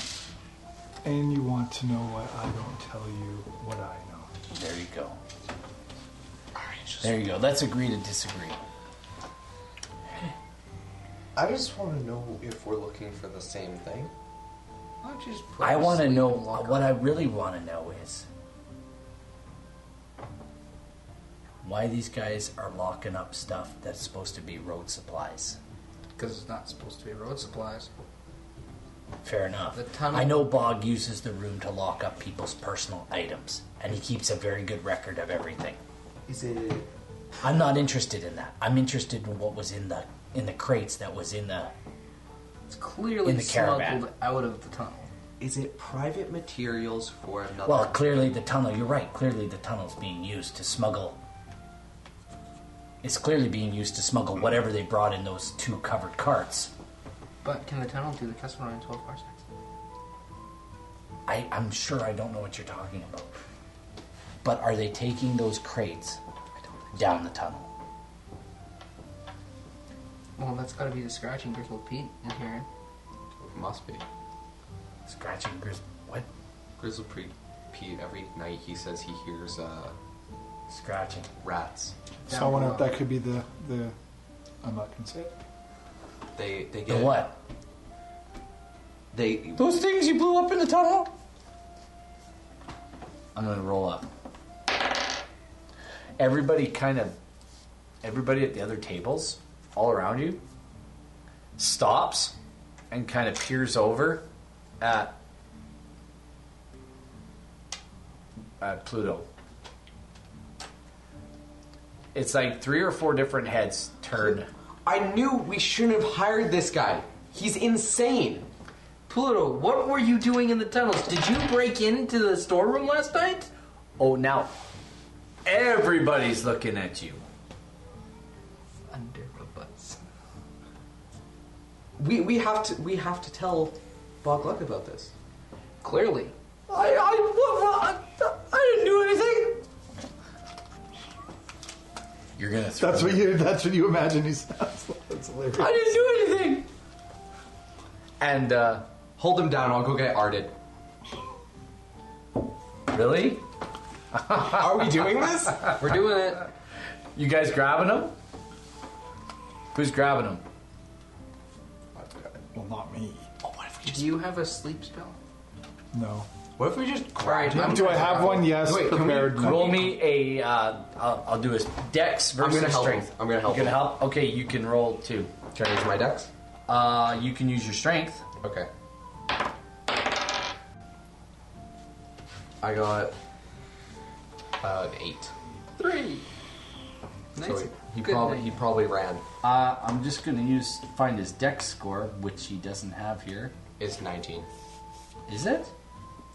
And you want to know what I don't tell you what I know. There you go. There you go. Let's agree to disagree. I just want to know if we're looking for the same thing. Why don't you just put I her to want to sleep know and lock what her I really want to know is why these guys are locking up stuff that's supposed to be road supplies. Because it's not supposed to be road supplies. Fair enough. The tunnel- I know Bog uses the room to lock up people's personal items, and he keeps a very good record of everything. Is it I'm not interested in that. I'm interested in what was in the in the crates that was in the It's clearly in the caravan. smuggled out of the tunnel. Is it private? Materials for another. well, clearly the tunnel. You're right. Clearly the tunnel's being used to smuggle. It's clearly being used to smuggle whatever they brought in those two covered carts. But can the tunnel do the customer in 12 parsecs? I, I'm sure I don't know what you're talking about. But are they taking those crates down the tunnel? Well, that's got to be the scratching Gristle Pete in here. Must be. Scratching gris. What? Grizzle Pete, Pete, every night he says he hears uh, Scratching. rats. Someone below. out that could be the the. I'm not gonna say it. They they The get what? They Those things you blew up in the tunnel? I'm gonna roll up. everybody kind of everybody at the other tables all around you stops and kind of peers over at at Pluto. It's like three or four different heads turn. I knew we shouldn't have hired this guy. He's insane. Pluto, what were you doing in the tunnels? Did you break into the storeroom last night? Oh, now everybody's looking at you. Under a bus. We we have to we have to tell Bog Luck about this. Clearly. I I what, what, I, I didn't do anything. You're gonna. Throw That's what you. That's what you imagine he sounds like. That's hilarious. I didn't do anything. And uh, Hold him down. I'll go get arted. really, Are we doing this? We're doing it. you guys grabbing them? Who's grabbing them? Well, not me. Do you have a sleep spell? No. What if we just Alright, cried? I'm- Do I have one? Yes. Wait, can we- prepared. no. Roll me a. Uh, I'll, I'll do a dex I'm versus gonna help strength. him. I'm gonna help You gonna him. help? Okay, you can roll two. Can I use my decks? Uh, you can use your strength. Okay. I got uh, an eight. Three. Nice. So he Good probably night. he probably ran. Uh, I'm just gonna use find his dex score, which he doesn't have here. It's 19. Is it?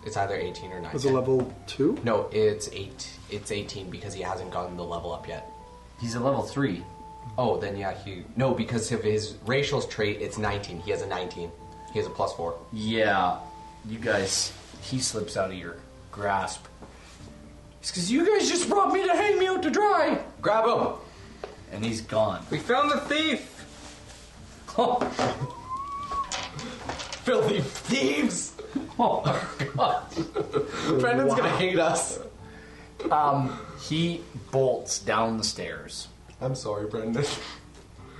It's either 18 or 19. Was it level two? No, it's eight. It's 18 because he hasn't gotten the level up yet. He's a level three. Oh, then yeah, he no because of his racial trait. It's 19. He has a 19. He has a plus four. Yeah, you guys. He slips out of your grasp. It's because you guys just brought me to hang me out to dry, Grab him. and he's gone. We found the thief! Oh, Filthy thieves. oh my god. Brendan's gonna hate us. Um, He bolts down the stairs. I'm sorry, Brendan.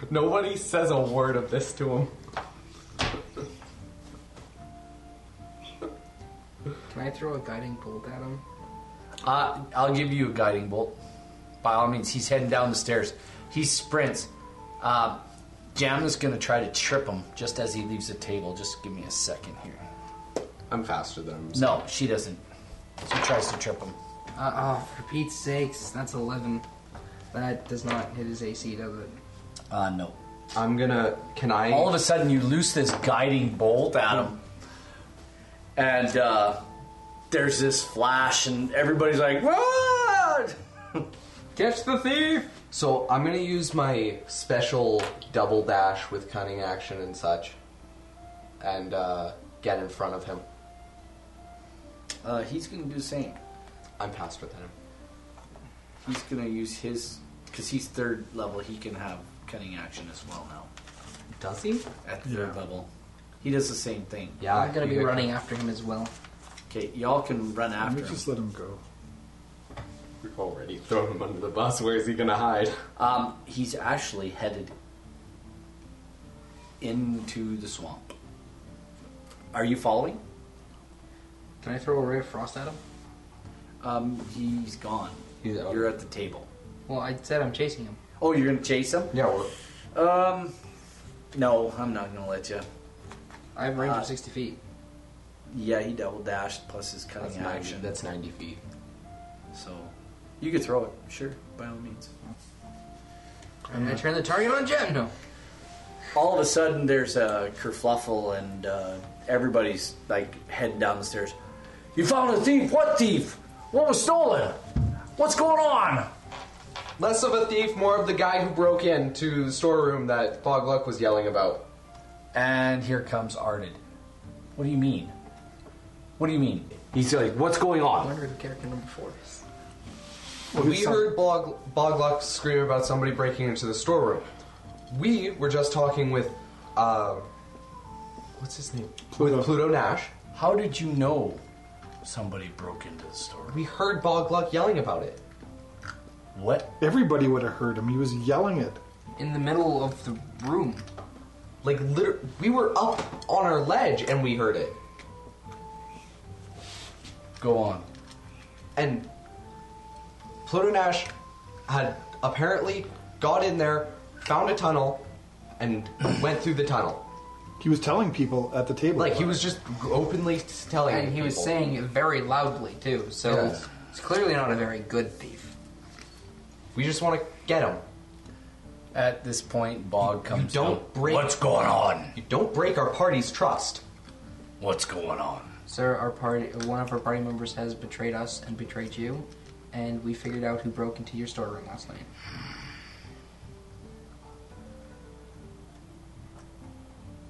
Nobody says a word of this to him. Can I throw a guiding bolt at him? Uh, I'll give you a guiding bolt. By all means, he's heading down the stairs. He sprints. Uh, Jamna's going to try to trip him just as he leaves the table. Just give me a second here. I'm faster than him. No, she doesn't. She tries to trip him. Uh, oh, for Pete's sakes, that's 11. That does not hit his AC, does it? Uh, no. I'm gonna. Can I? All of a sudden, you loose this guiding bolt at him. And uh, there's this flash, and everybody's like, What? Catch the thief! So I'm gonna use my special double dash with cunning action and such, and uh, get in front of him. Uh, he's gonna do the same. I'm faster than him. He's gonna use his because he's third level. He can have cunning action as well now. Does he? At third level, he He does the same thing. Yeah, I'm gonna you be get- running after Ah, him as well. Okay, y'all can run Let after me him. just let him go. We've already thrown him under the bus. Where is he gonna hide? Um, he's actually headed into the swamp. Are you following? Can I throw a ray of frost at him? Um, he's gone. He's out. You're at the table. Well, I said I'm chasing him. Oh, you're gonna chase him? Yeah, we're, Um, no, I'm not gonna let you. I have a range Uh, of 60 feet. Yeah, he double dashed plus his cutting that's, 90, action. that's 90 feet. So you could throw it, sure, by all means. I'm gonna turn the target on Jen. No. All of a sudden, there's a kerfluffle, and uh, everybody's like heading down the stairs. You found a thief? What thief? What was stolen? What's going on? Less of a thief, more of the guy who broke into the storeroom that Fogluck was yelling about. And here comes Arded. What do you mean? What do you mean? He's like, what's going on? Wonder who character number four is. What we is some- heard Bog, Bogluck scream about somebody breaking into the storeroom. We were just talking with, uh, what's his name? Pluto. With Pluto Nash. How did you know somebody broke into the store? We heard Bogluck yelling about it. What? Everybody would have heard him. He was yelling it. In the middle of the room. Like, liter- we were up on our ledge and we heard it. Go on. And Pluto Nash had apparently got in there, found a tunnel, and went through the tunnel. He was telling people at the table. Like, he was just openly telling And he was people. saying it very loudly, too. So Yes. it's clearly not a very good thief. We just want to get him. At this point, Bog comes. don't out. break- What's going on? You don't break our party's trust. What's going on? Sir, our party, one of our party members has betrayed us and betrayed you, and we figured out who broke into your storeroom last night.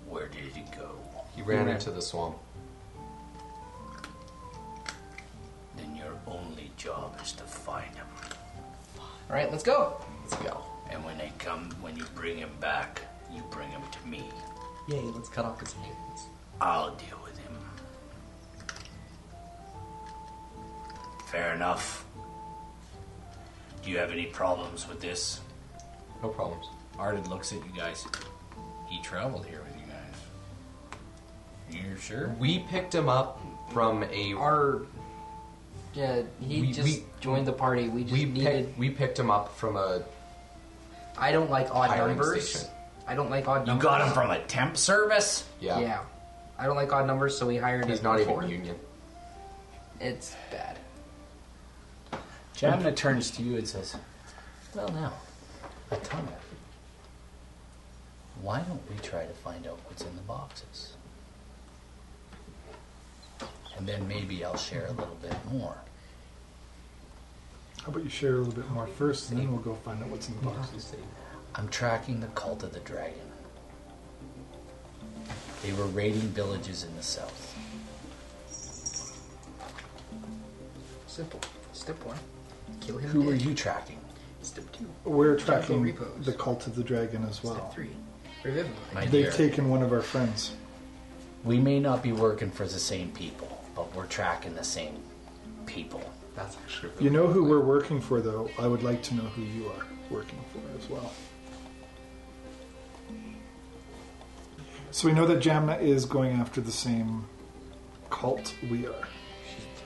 Where did he go? He ran into the swamp. Then your only job is to find him. All right, let's go. Let's go. And when they come, when you bring him back, you bring him to me. Yay, let's cut off his hands. I'll deal with him. Fair enough. Do you have any problems with this? No problems. Arden looks at you guys. He traveled here with you guys. You're sure? We picked him up from a. Our yeah, he We- just we- joined the party. We just we needed. picked we picked him up from a. I don't like odd Hiring numbers. station. I don't like odd You numbers. got him from a temp service? Yeah. Yeah, I don't like odd numbers, so we hired. He's him not before. even union. It's bad. Jamna turns to you and says, Well, now, Atana, why don't we try to find out what's in the boxes? And then maybe I'll share a little bit more. How about you share a little bit more first, and then we'll go find out what's in the boxes. I'm tracking the cult of the dragon. They were raiding villages in the south. Simple. Step one, kill him. Who dead. are you tracking? Step two. We're Temple tracking repos. the cult of the dragon as well. Step three, revivify. My They've dear, taken one of our friends. we may not be working for the same people, but we're tracking the same people. That's actually. You know who we're working for, though. I would like to know who you are working for as well. So we know that Jamna is going after the same cult we are.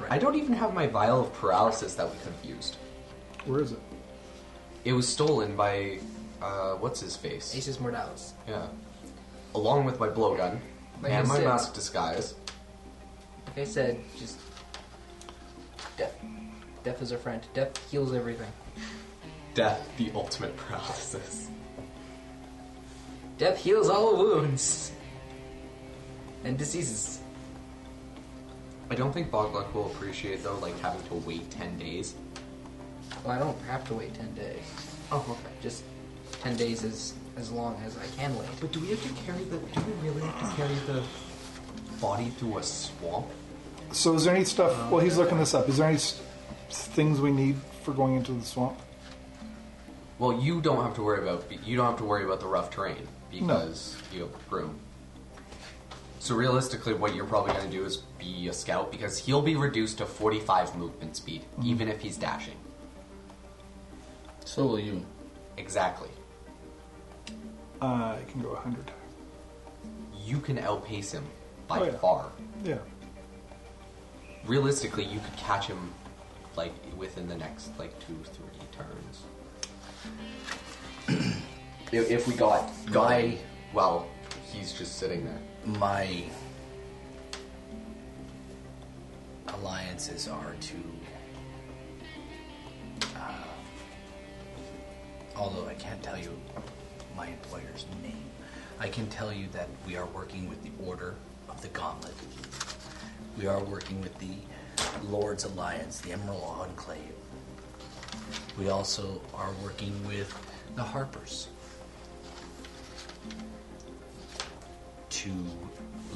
I don't even have my vial of paralysis that we could have used. Where is it? It was stolen by, uh, what's his face? Aces Mordalis. Yeah. Along with my blowgun Like I and my said. mask disguise. Like I said, just death. Death is our friend. Death heals everything. Death, the ultimate paralysis. Death heals all wounds and diseases. I don't think Bogluck will appreciate though, like having to wait ten days. Well, I don't have to wait 10 days. Oh, okay. Just 10 days is as long as I can wait. But do we have to carry the? Do we really have to carry the body through a swamp? So is there any stuff? Well, he's looking this up. Is there any s things we need for going into the swamp? Well, you don't have to worry about. You don't have to worry about the rough terrain because you have room. So realistically, what you're probably going to do is be a scout because he'll be reduced to 45 movement speed, Mm-hmm. even if he's dashing. So will you. Exactly. Uh, I can go 100. You can outpace him by Oh, yeah. far. Yeah. Realistically, you could catch him like within the next like two, three turns. if, if we got guy, well, he's just sitting there. my alliances are to uh, although I can't tell you my employer's name I can tell you that we are working with the Order of the Gauntlet we are working with the Lord's Alliance the Emerald Enclave we also are working with the Harpers to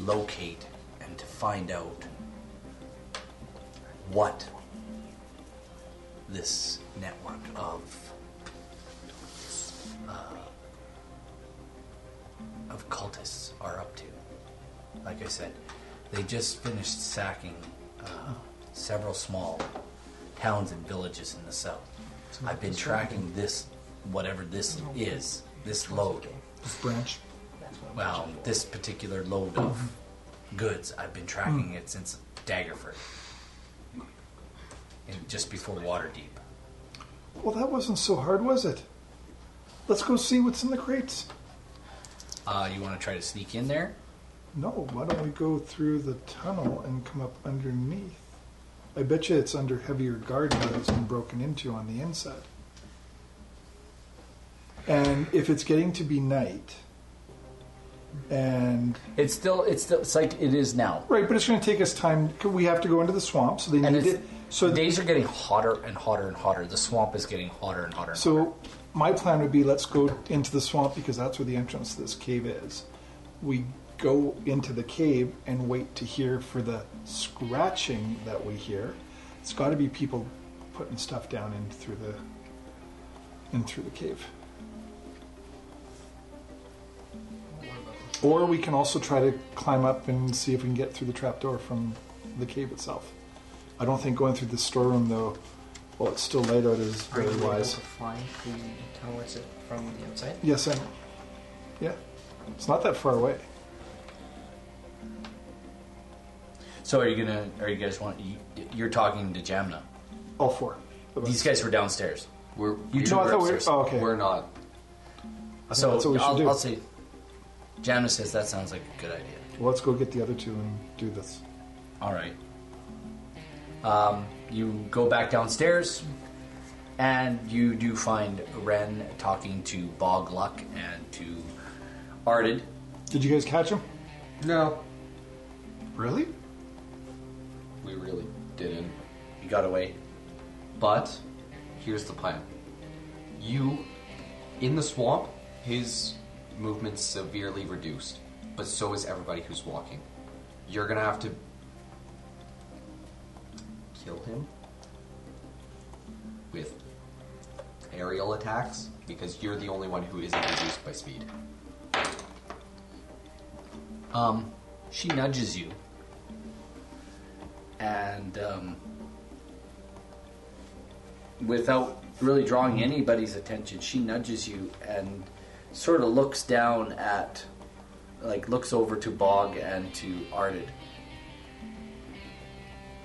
locate and to find out what this network of uh, of cultists are up to. Like I said, they just finished sacking uh, several small towns and villages in the south. I've been tracking this, whatever this is, this load. This branch. Well, this particular load of goods, I've been tracking it since Daggerford. And just before Waterdeep. Well, that wasn't so hard, was it? Let's go see what's in the crates. Uh, you want to try to sneak in there? No, why don't we go through the tunnel and come up underneath? I bet you it's under heavier guard now that's been broken into on the inside. And if it's getting to be night, and It's still, it's still, it's like it is now. right, but it's going to take us time. 'cause We have to go into the swamp, so they And need it's, it. So days are getting hotter and hotter and hotter. The swamp is getting hotter and hotter. And hotter. So my plan would be let's go into the swamp because that's where the entrance to this cave is. We go into the cave and wait to hear for the scratching that we hear. It's got to be people putting stuff down in through the in through the cave. Or we can also try to climb up and see if we can get through the trapdoor from the cave itself. I don't think going through the storeroom though, while it's still light out, is Are very you able to wise. fly through the tunnel exit from the outside? Yes, I know. Yeah. It's not that far away. So are you gonna? Are you guys want? You, you're talking to Jamna. All four. of us. These guys were downstairs. We're You we're two no, I are thought we were. upstairs. Oh, okay. we're not. So that's what we should I'll, do. I'll say. Jamna says that sounds like a good idea. Well, let's go get the other two and do this. All right. Um, you go back downstairs, and you do find Ren talking to Bog Luck and to Ardid. Did you guys catch him? No, Really? we really didn't. You got away. But here's the plan. You, in the swamp, his movement's severely reduced, but so is everybody who's walking. You're gonna have to kill him with aerial attacks because you're the only one who isn't reduced by speed. Um, she nudges you, and um, without really drawing anybody's attention, she nudges you and sort of looks down at, like, looks over to Bog and to Ardid.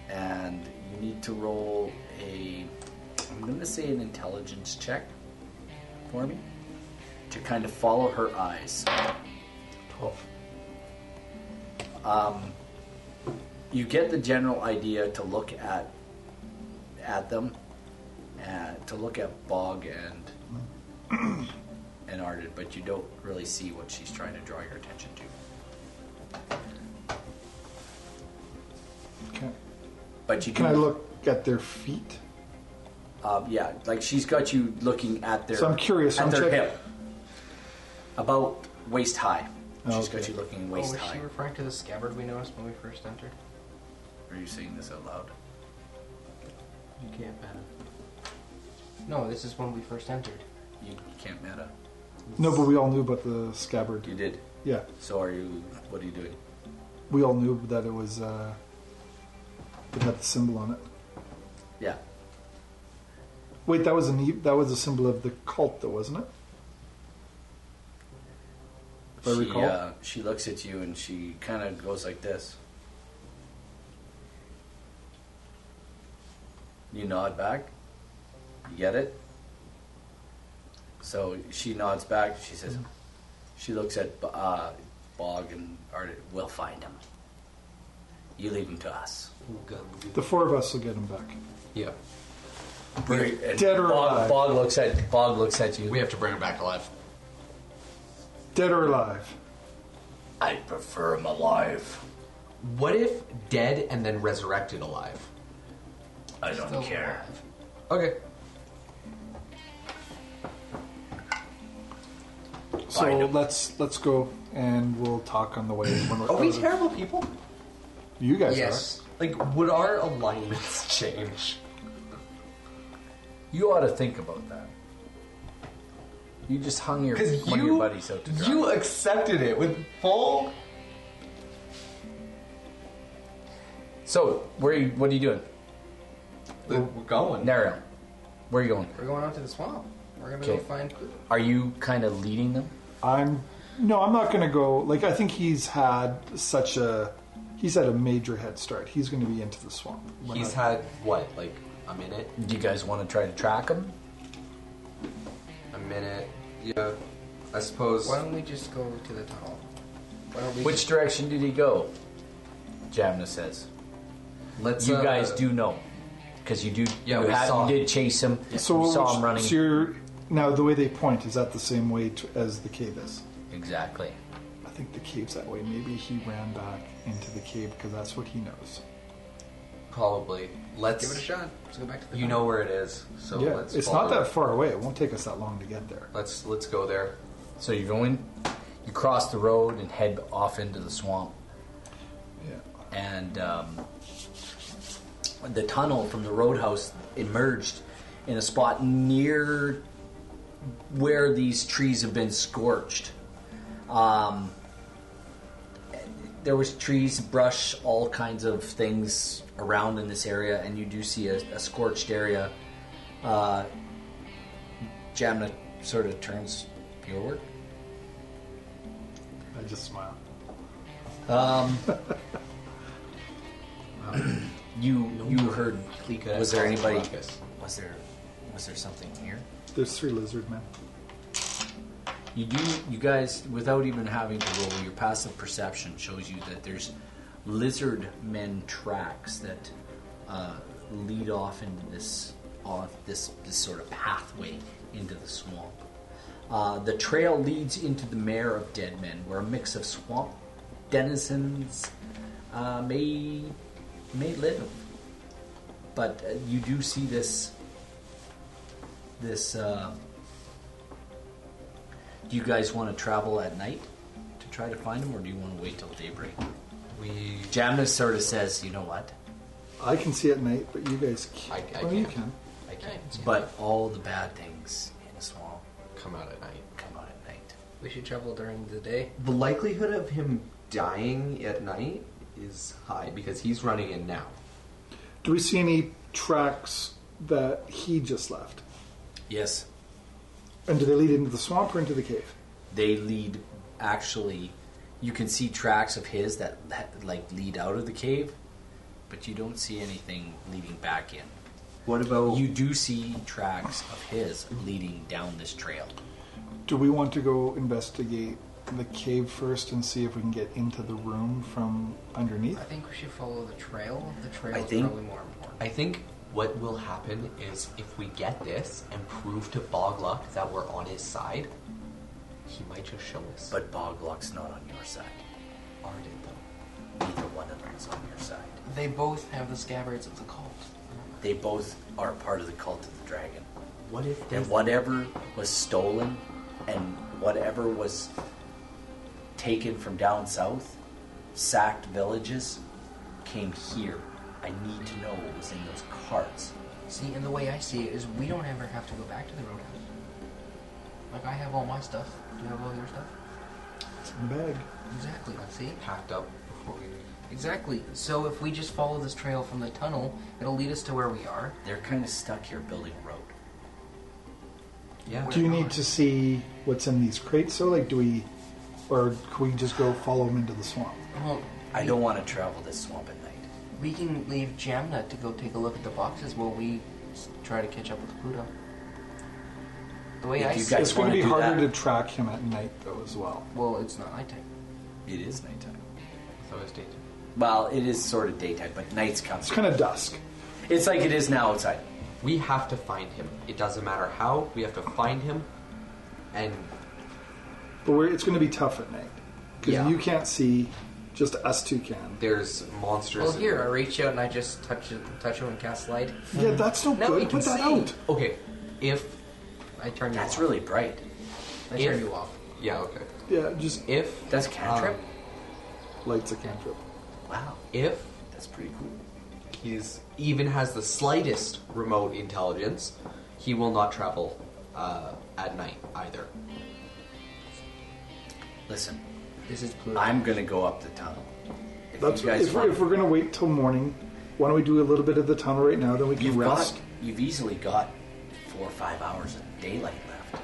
and you need to roll a I'm gonna say an intelligence check for me to kind of follow her eyes. Twelve. You get the general idea to look at at them, uh, to look at Bog and and Arden, but you don't really see what she's trying to draw your attention to. Can, But you can do- I look at their feet? Um, yeah, like she's got you looking at their. So I'm curious, At I'm their checking- hip, about waist high. Oh, She's got okay. you looking Oh, waist was high. she referring to the scabbard we noticed when we first entered? Are you saying this out loud? You can't ban it. No, this is when we first entered. You, you can't meta. No, but we all knew about the scabbard. You did. Yeah. So are you? What are you doing? We all knew that it was. Uh, it had the symbol on it. Yeah. Wait, that was an e- that was a symbol of the cult, though, wasn't it? If I she, recall. Uh, she looks at you and she kind of goes like this. You nod back. You get it? So she nods back. She says, Mm-hmm. she looks at uh, Bog and Art. We'll find him. You leave him to us. The four of us will get him back. Yeah. Bring- and Dead or Bog, alive. Bog looks at Bog looks at you. We have to bring him back to life. Dead or alive. I prefer him alive. What if dead and then resurrected alive? I don't Still care. Okay. So let's let's go and we'll talk on the way when we're Are we out of- terrible people? You guys Yes. Like, would our alignments change? You ought to think about that. You just hung your Because hung you, your buddies out to dry. you accepted it with full. So where are you? What are you doing, We're going. Nero? Where are you going? We're going out to the swamp. We're gonna go Okay. find Clue. Are you kind of leading them? are. I'm no, I'm not gonna go like I think he's had such a he's had a major head start. He's gonna be into the swamp. We're He's not- had what, like a minute, Do you guys want to try to track them? a minute. Yeah, I suppose. Why don't we just go to the tunnel? Why don't we Which direction did he go? Jamna says. Let's. You uh, guys do know, because you do. Yeah, you we had- saw you him. did chase him. so you saw him running. So you're, now the way they point is that the same way to, as the cave is. Exactly. I think the cave's that way. Maybe he ran back into the cave because that's what he knows. probably. Let's. give it a shot? Let's go back to the You know where it is, so yeah, let's. it's follow not that it. far away. It won't take us that long to get there. Let's let's go there. So you're going. You cross the road and head off into the swamp. Yeah. and um, the tunnel from the roadhouse emerged in a spot near where these trees have been scorched. Um, there was trees, brush, all kinds of things around in this area, and you do see a, a scorched area. Uh, Jamna sort of turns your I just smile. You you heard? Was there anybody? Ruckus. Was there was there something here? There's three lizard men. You do, you guys, without even having to roll, your passive perception shows you that there's lizard men tracks that uh, lead off into this off this this sort of pathway into the swamp. Uh, the trail leads into the mare of dead men, where a mix of swamp denizens uh, may may live. But uh, you do see this this. Uh, do you guys want to travel at night to try to find him, or do you want to wait till daybreak? We. Jamna sort of says, you know what? I can see at night, but you guys I, I can't. can't. well, you can. I can't. But all the bad things in the swamp come out at night. come out at night. we should travel during the day. The likelihood of him dying at night is high because he's running in now. Do we see any tracks that he just left? Yes, And do they lead into the swamp or into the cave? they lead. Actually, you can see tracks of his that ha- like lead out of the cave, but you don't see anything leading back in. What about You do see tracks of his leading down this trail. Do we want to go investigate the cave first and see if we can get into the room from underneath? I think we should follow the trail. The trail I is think- probably more important. I think what will happen is if we get this and prove to Bogluck that we're on his side, he might just show us. But Boglock's not on your side. Art it though. Neither one of them is on your side. They both have the scabbards of the cult. They both are part of the cult of the dragon. What if they And whatever was stolen and whatever was taken from down south, sacked villages, came here. I need to know what was in those carts. See, and the way I see it is we don't ever have to go back to the roadhouse. Like, I have all my stuff. Do you have all your stuff? Bag. Exactly. See? packed up Exactly. So if we just follow this trail from the tunnel, it'll lead us to where we are. They're kind of stuck here building a road. Yeah. Do you need to see what's in these crates? So, like, do we, or can we just go follow them into the swamp? Well, I don't want to travel this swamp at night. we can leave Jamna to go take a look at the boxes while we s- try to catch up with Pluto. The way If I you see guys- it, It's going to wanna be do harder to that? track him at night, though, as well. well, it's not nighttime. It is nighttime. So it's daytime. Well, it is sort of daytime, but night's coming. It's kind of dusk. It's like it is now outside. We have to find him. It doesn't matter how. We have to find him, and But we're, it's going to be tough at night because Yeah. you can't see, just us two can. there's monsters. Oh, Well, in- here I reach out and I just touch it, touch him and cast light. Yeah, that's no Now we good. can Put that see. out. Okay, if I turn you That's off. really bright. I turn if- you off. yeah, okay. Yeah, just If That's a cantrip? um, lights a cantrip. wow, if that's pretty cool. he's even has the slightest remote intelligence, he will not travel uh, at night either. Listen, This is Pluto. I'm gonna go up the tunnel. If That's you guys if, want, we're, if we're going to wait till morning. Why don't we do a little bit of the tunnel right now? Then we can you've rest. got, you've easily got four or five hours of daylight left.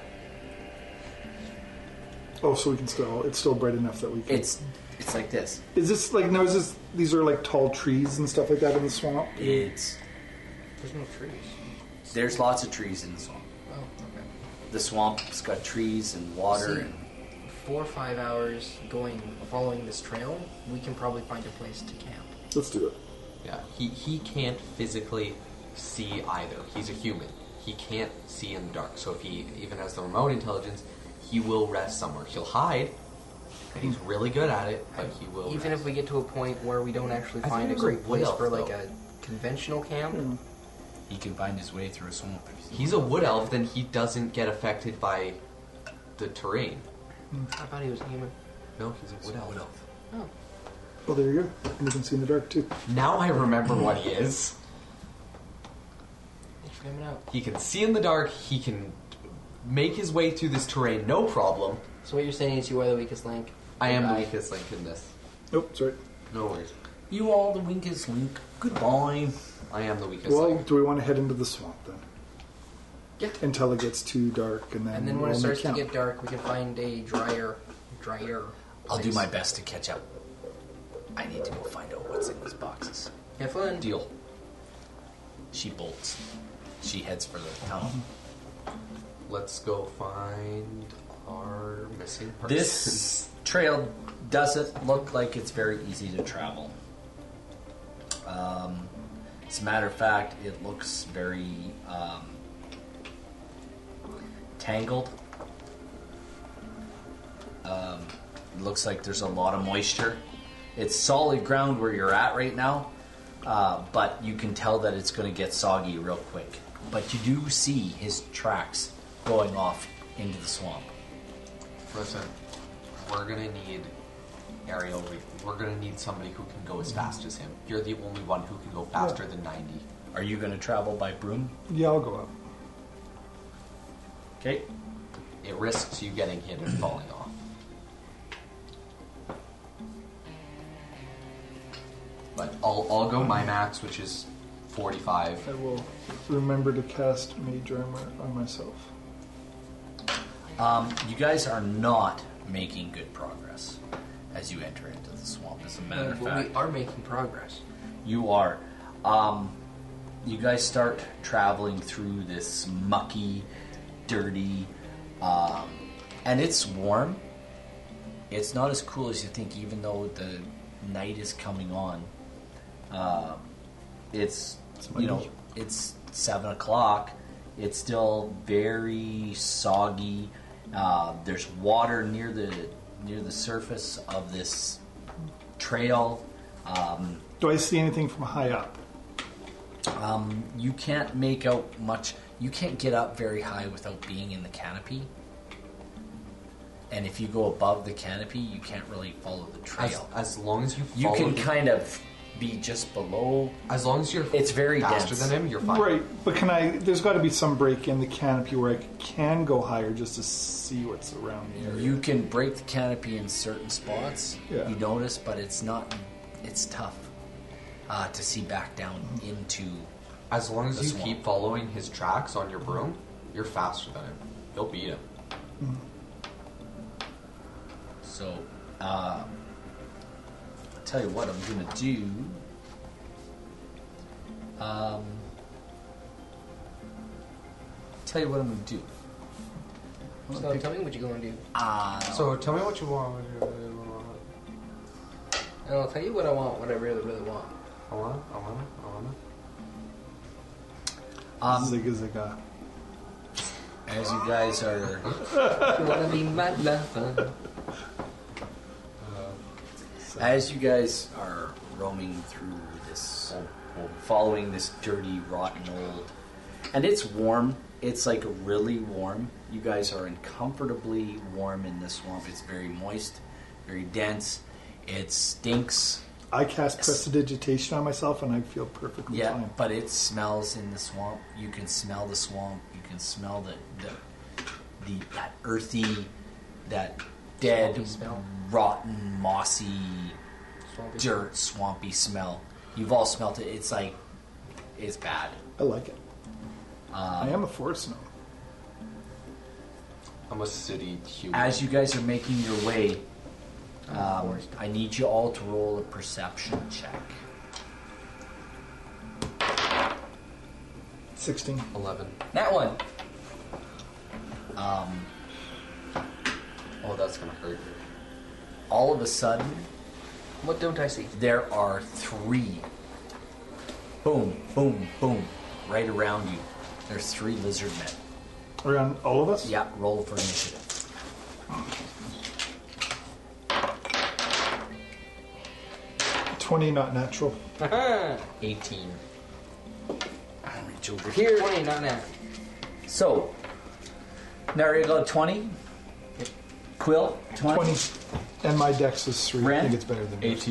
Oh, so we can still. It's still bright enough that we can. It's it's like this. is this like now? Is this these are like tall trees and stuff like that in the swamp? It's There's no trees. there's lots of trees in the swamp. Oh, okay. The swamp's got trees and water See, and Four or five hours going following this trail, we can probably find a place to camp. Let's do it. Yeah, he he can't physically see either. He's a human. He can't see in the dark. So if he even has the remote intelligence, he will rest somewhere. He'll hide, and he's really good at it. But he will. Even rest. if we get to a point where we don't actually Oh, I find a think it was great a place whale, for like though. Hmm. a conventional camp, He can find his way through a swamp. He's a wood elf, then he doesn't get affected by the terrain. I thought he was human. No, he's a wood elf. Well, Oh, there you go. And you can see in the dark too. Now I remember what he is. Thanks for coming out. He can see in the dark. He can make his way through this terrain, no problem. So what you're saying is you are the weakest link. I am the Goodbye. weakest link in this. Nope, sorry. No worries. you all the winkest link. Goodbye. I am the weakest Well, link. do we want to head into the swamp then? Yeah. Until it gets too dark, and then And then when we'll it starts to make get camp. dark, we can find a drier, drier. I'll do place. my best to catch up. I need to go find out what's in these boxes. Have fun. Deal. She bolts. She heads for the tunnel. Let's go find our missing person. This trail doesn't look like it's very easy to travel. Um, as a matter of fact, it looks very um, tangled. Um, it looks like there's a lot of moisture. It's solid ground where you're at right now, uh, but you can tell that it's going to get soggy real quick. But you do see his tracks going off into the swamp. Listen, we're gonna need aerial. Re- we're gonna need somebody who can go as fast as him. You're the only one who can go faster than ninety. Are you going to travel by broom? Yeah, I'll go up. Okay. It risks you getting hit and falling off. But I'll, I'll go my max, which is I 45. will remember to cast mage armor on myself. Um, you guys are not making good progress as you enter into the swamp. As a matter of Well, fact, we are making progress. you are. Um, you guys start traveling through this mucky, dirty, um, and it's warm. It's not as cool as you think, even though the night is coming on. Um, it's you know it's seven o'clock. It's still very soggy. Uh, there's water near the near the surface of this trail. Um, Do I see anything from high up? um, you can't make out much. You can't get up very high without being in the canopy. And if you go above the canopy, you can't really follow the As, trail. as long as you you follow can him- kind of be just below. as long as you're It's very faster dense. than him, you're fine. Right, but can I? There's got to be some break in the canopy where I can go higher just to see what's around the area. You can break the canopy in certain spots. Yeah. You notice, but it's not it's tough uh, to see back down into. As long as The you swamp. keep following his tracks on your broom, you're faster than him. He'll beat him. So, uh, I'll tell you what I'm gonna do. Um, tell you what I'm gonna do. So tell me what you going to do. Uh, So tell me what you want. And I'll tell you what I want, what I really, really want. I want. I want. I want. um, Zigga zigga. as you guys are You want to be my lover? As you guys are roaming through this, following this dirty, rotten old, and it's warm. It's like really warm. You guys are uncomfortably warm in this swamp. It's very moist, very dense. It stinks. I cast prestidigitation on myself and I feel perfectly Yeah, fine. but it smells in the swamp. You can smell the swamp. You can smell the the, the that earthy, that dead, Swampy smell. rotten, mossy Swampy. dirt, swampy smell. You've all smelt it. It's like, it's bad. I like it. Um, I am a forest gnome. I'm a city human. As you guys are making your way, Oh, um, forest. I need you all to roll a perception check. 16. eleven. That one. Um, Oh, that's gonna hurt. All of a sudden, What don't I see? there are three. Boom, boom, boom. Right around you. There's three lizard men. Around all of us? Yeah, roll for initiative. Twenty not natural. 18. I'll reach over here. 20, not now. So, Narigo 20. Quill 20. Twenty. And my dex is three. I Ren? think it's better than yours.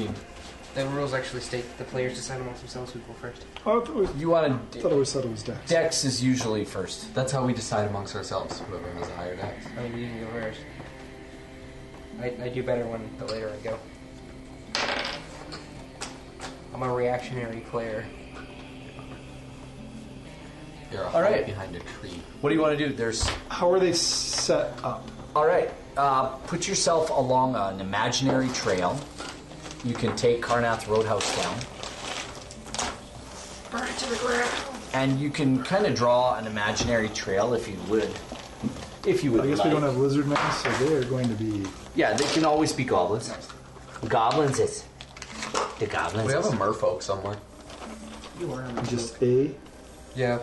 The rules actually state the players decide amongst themselves who go first. Oh, I thought we- You want to. thought I always thought it was dex. Dex is usually first. That's how we decide amongst ourselves whoever has a higher dex. I mean, Oh, you can go first. I, I do better when the later I go. I'm a reactionary player. You're a All right. hide behind a tree. What do you want to do? There's. How are they set up? All right. Uh, put yourself along an imaginary trail. You can take Carnath Roadhouse down. Burn to the ground! And you can kind of draw an imaginary trail if you would. If you would. I guess we like. don't have lizard men, so they are going to be Yeah, they can always be goblins. Goblins is. The goblins. We have a merfolk somewhere. You are a just a. Yeah.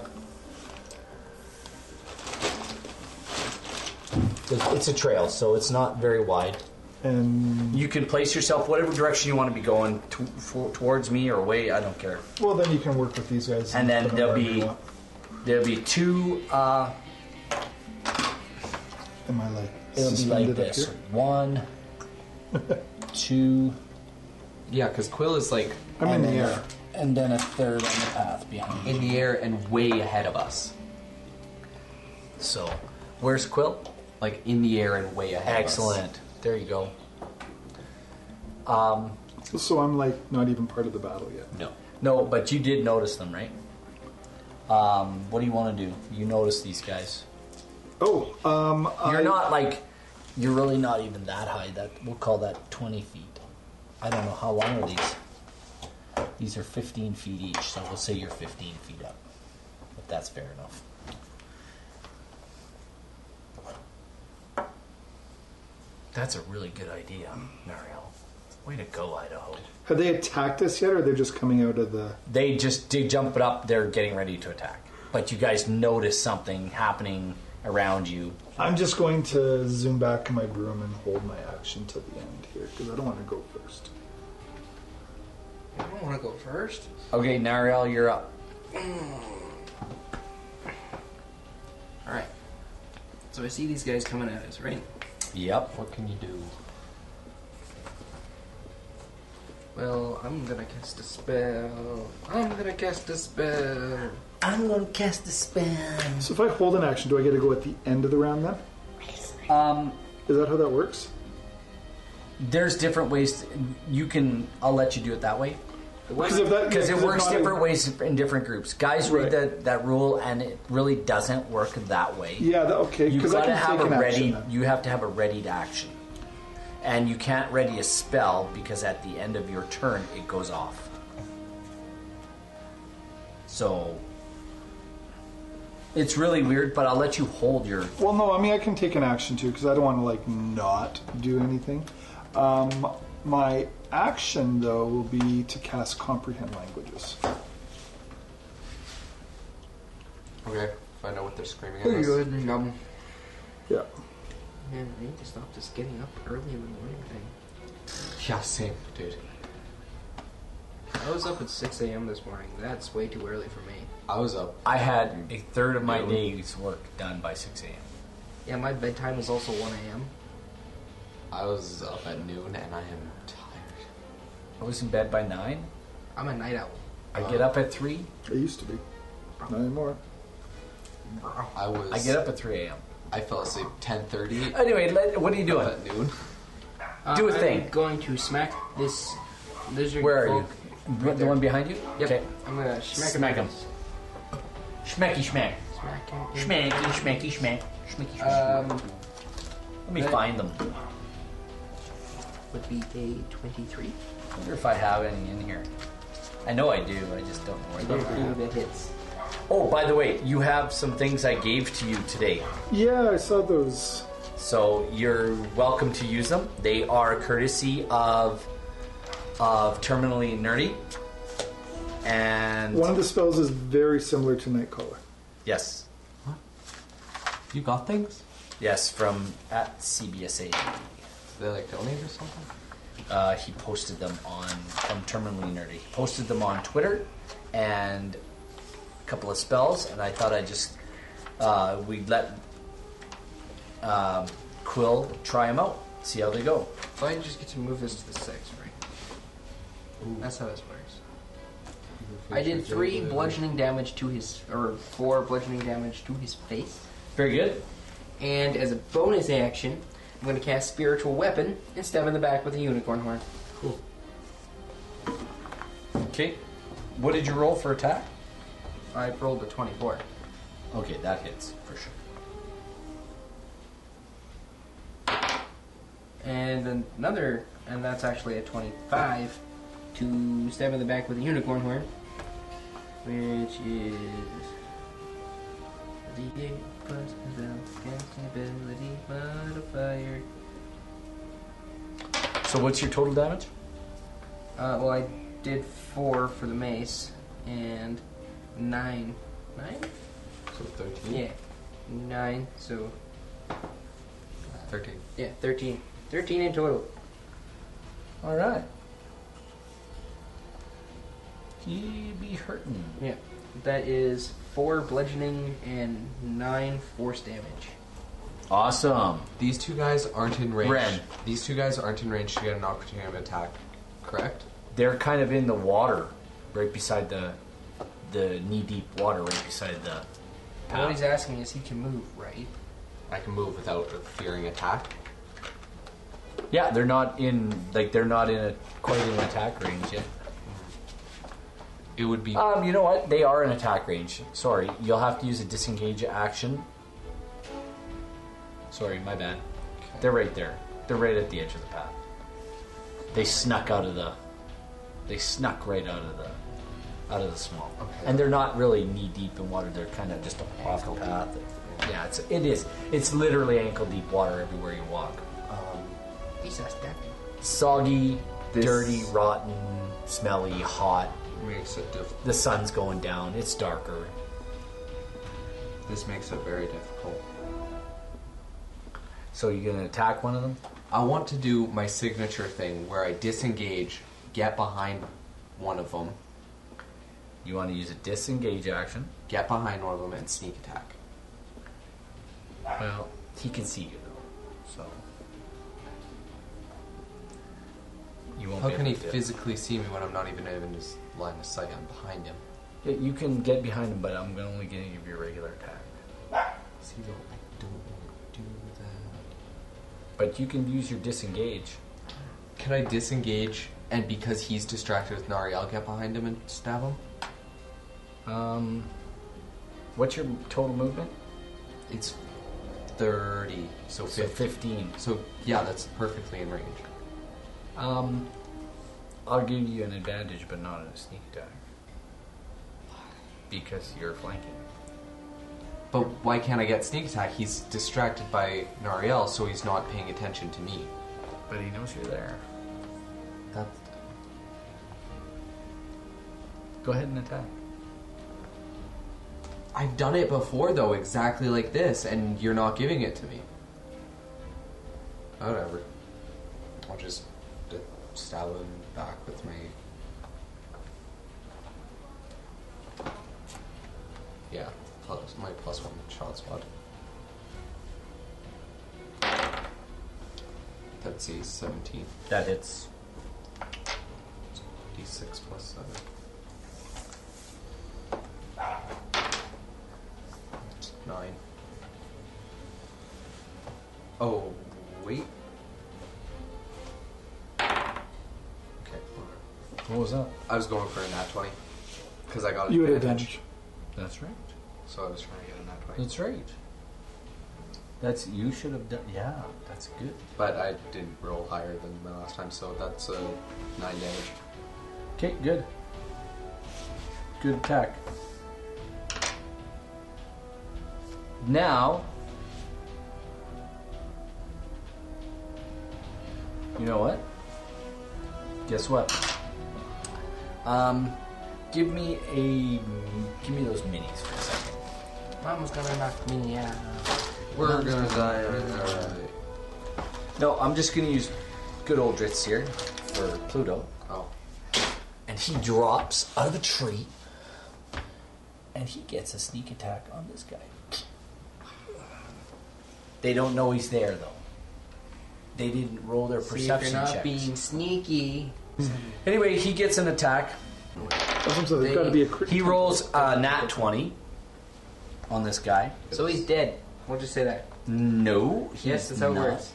It's a trail, so it's not very wide. And You can place yourself whatever direction you want to be going to, for, towards me or away. I don't care. well, then you can work with these guys. And then put them there'll wherever you be- want. There'll be two. Uh, Am I like it'll be like suspended up this. here? One, two, Yeah, because Quill is like I'm in the air. And then a third on the path behind. in the air and way ahead of us. so. Where's Quill? Like in the air and way ahead of us. Excellent. There you go. So I'm like not even part of the battle yet. No. No, but you did notice them, right? Um, what do you want to do? You notice these guys. Oh, um, You're I, not like. You're really not even that high. That we'll call that 20 feet. I don't know how long are these. These are 15 feet each, so we'll say you're 15 feet up. If that's fair enough. That's a really good idea, Mariel. Way to go, Idaho. Have they attacked us yet, or they're just coming out of the? They just they jump it up. They're getting ready to attack. But you guys notice something happening around you. I'm just going to zoom back in my broom and hold my action till the end here because I don't want to go first. I don't want to go first. Okay, Nariel, you're up. Alright. So I see these guys coming at us, right? Yep. What can you do? Well, I'm gonna cast a spell. I'm gonna cast a spell. I'm gonna cast a spell. So if I hold an action, do I get to go at the end of the round then? Um, Is that how that works? There's different ways to, you can. I'll let you do it that way The one, Because if that because yeah, it 'cause if works not, different ways in different groups. Guys Right. read that that rule, and it really doesn't work that way. Yeah, that, okay. you Because I gotta can have take a an action. ready. then. You have to have a readied action, and you can't ready a spell because at the end of your turn it goes off. So it's really weird, but I'll let you hold your. Well, no, I mean I can take an action too because I don't want to like not do anything. Um, my action though will be to cast comprehend languages. Okay, find out what they're screaming at There you us. go, Hidden Goblin. Yeah. Man, I need to stop this getting up early in the morning thing. Yeah, same, dude. I was up at 6 a.m. this morning. That's way too early for me. I was up. I had A third of my day's work done by 6 a.m. Yeah, my bedtime is also 1 a.m. I was up at noon, and I am tired. I was in bed by 9. I'm a night owl. I get up at 3. It used to be. Not anymore. I was. I get up at 3 a.m. I fell asleep 10:30 Anyway, let, what are you doing? at noon. uh, Do a I'm thing. going to smack this lizard. Where are you? folk. The one behind you? Yep. Okay. I'm gonna smack, Smack him. him. Schmecky schmack. Smack him. Schmecky in- schmecky schmack. Schmecky schmack. Um, Let me find them. Would be a 23. I wonder if I have any in here. I know I do, I just don't know where they are. Ooh, that hits. Oh, by the way, you have some things I gave to you today. Yeah, I saw those. So you're welcome to use them. They are courtesy of of terminally nerdy. And One of the spells is very similar to Nightcaller. yes. You got things? Yes, from at CBSA. Did they like donate or something? Uh, he posted them on from terminally nerdy. He posted them on Twitter and a couple of spells, and I thought I just uh, we'd let um, Quill try them out, see how they go. So I just get to move this to the 6, right? That's how this works. I did 3 bludgeoning damage to his, or 4 bludgeoning damage to his face. Very good. And as a bonus action, I'm going to cast Spiritual Weapon and stab in the back with a unicorn horn. Okay, what did you roll for attack? I rolled a 24. Okay, that hits for sure. And then another, and that's actually a 25 to stab in the back with a unicorn horn, which is a D8 plus spell casting ability modifier. So what's your total damage? Uh, well, I did four for the mace and nine, nine, So 13. yeah, nine. So 13. yeah, 13, 13 in total. All right. He be hurting. Yeah, that is four bludgeoning and nine force damage. Awesome. These two guys aren't in range. Ren. These two guys aren't in range to get an opportunity of attack, correct? they're kind of in the water, right beside the the knee deep water, right beside the. What he's asking is he can move, right? I can move without fearing attack. Yeah, they're not in like they're not in a quite in attack range yet. It would be Um, you know what? They are in attack range. Sorry, you'll have to use a disengage action. Sorry, my bad. They're right there. They're right at the edge of the path. They snuck out of the. They snuck right out of the, out of the swamp. And they're not really knee deep in water. They're kind of just off the path. Yeah, it's it is. It's literally ankle deep water everywhere you walk. He's not stepping. Soggy, This- dirty, rotten, smelly, hot. makes it diff- The sun's going down. It's darker. this makes it very difficult. So you gonna attack one of them? I want to do my signature thing where I disengage, get behind one of them, You want to use a disengage action. get behind one of them, and sneak attack. Well, he can see you though, so you won't. How be can he able to do it. physically see me when I'm not even in his line of sight? I'm behind him. Yeah, You can get behind him, but I'm only gonna give you a regular attack. See, though, I don't want to do that. But you can use your disengage. Can I disengage? And because he's distracted with Nari, I'll get behind him and stab him. Um, what's your total movement? It's thirty, so So fifty. fifteen. So yeah, that's perfectly in range. Um, I'll give you an advantage, but not a sneak attack because you're flanking. But why can't I get sneak attack? He's distracted by Nariel, so he's not paying attention to me. But he knows you're there. That's Go ahead and attack. I've done it before though, exactly like this, and you're not giving it to me. Whatever. I'll just d- stab him back with my. Yeah, plus my plus one shot spot. That's a 17. That hits. D6 plus 7. It's 9. Oh, wait. Okay, hold on. What was that? I was going for a nat 20. Because I got You had advantage, advantage. That's right. So I was trying to get a nat 20. That's right. That's you should have done. Yeah, that's good. But I didn't roll higher than my last time, so that's a 9 damage. Okay, good. Good attack. Now, you know what? Guess what? Um, give me a give me those minis for a second. Mama's gonna knock me out. We're gonna die. Uh, No, I'm just gonna use good old Dritz here for Pluto. Oh. and he drops out of a tree and he gets a sneak attack on this guy. They don't know he's there though. They didn't roll their See if perception you're not checks. being sneaky. Anyway, he gets an attack. That's what I'm saying. There's got to be a crit. He rolls a nat 20 on this guy. So he's dead. We'll just say that. No. Yes, he's that's how it not. works.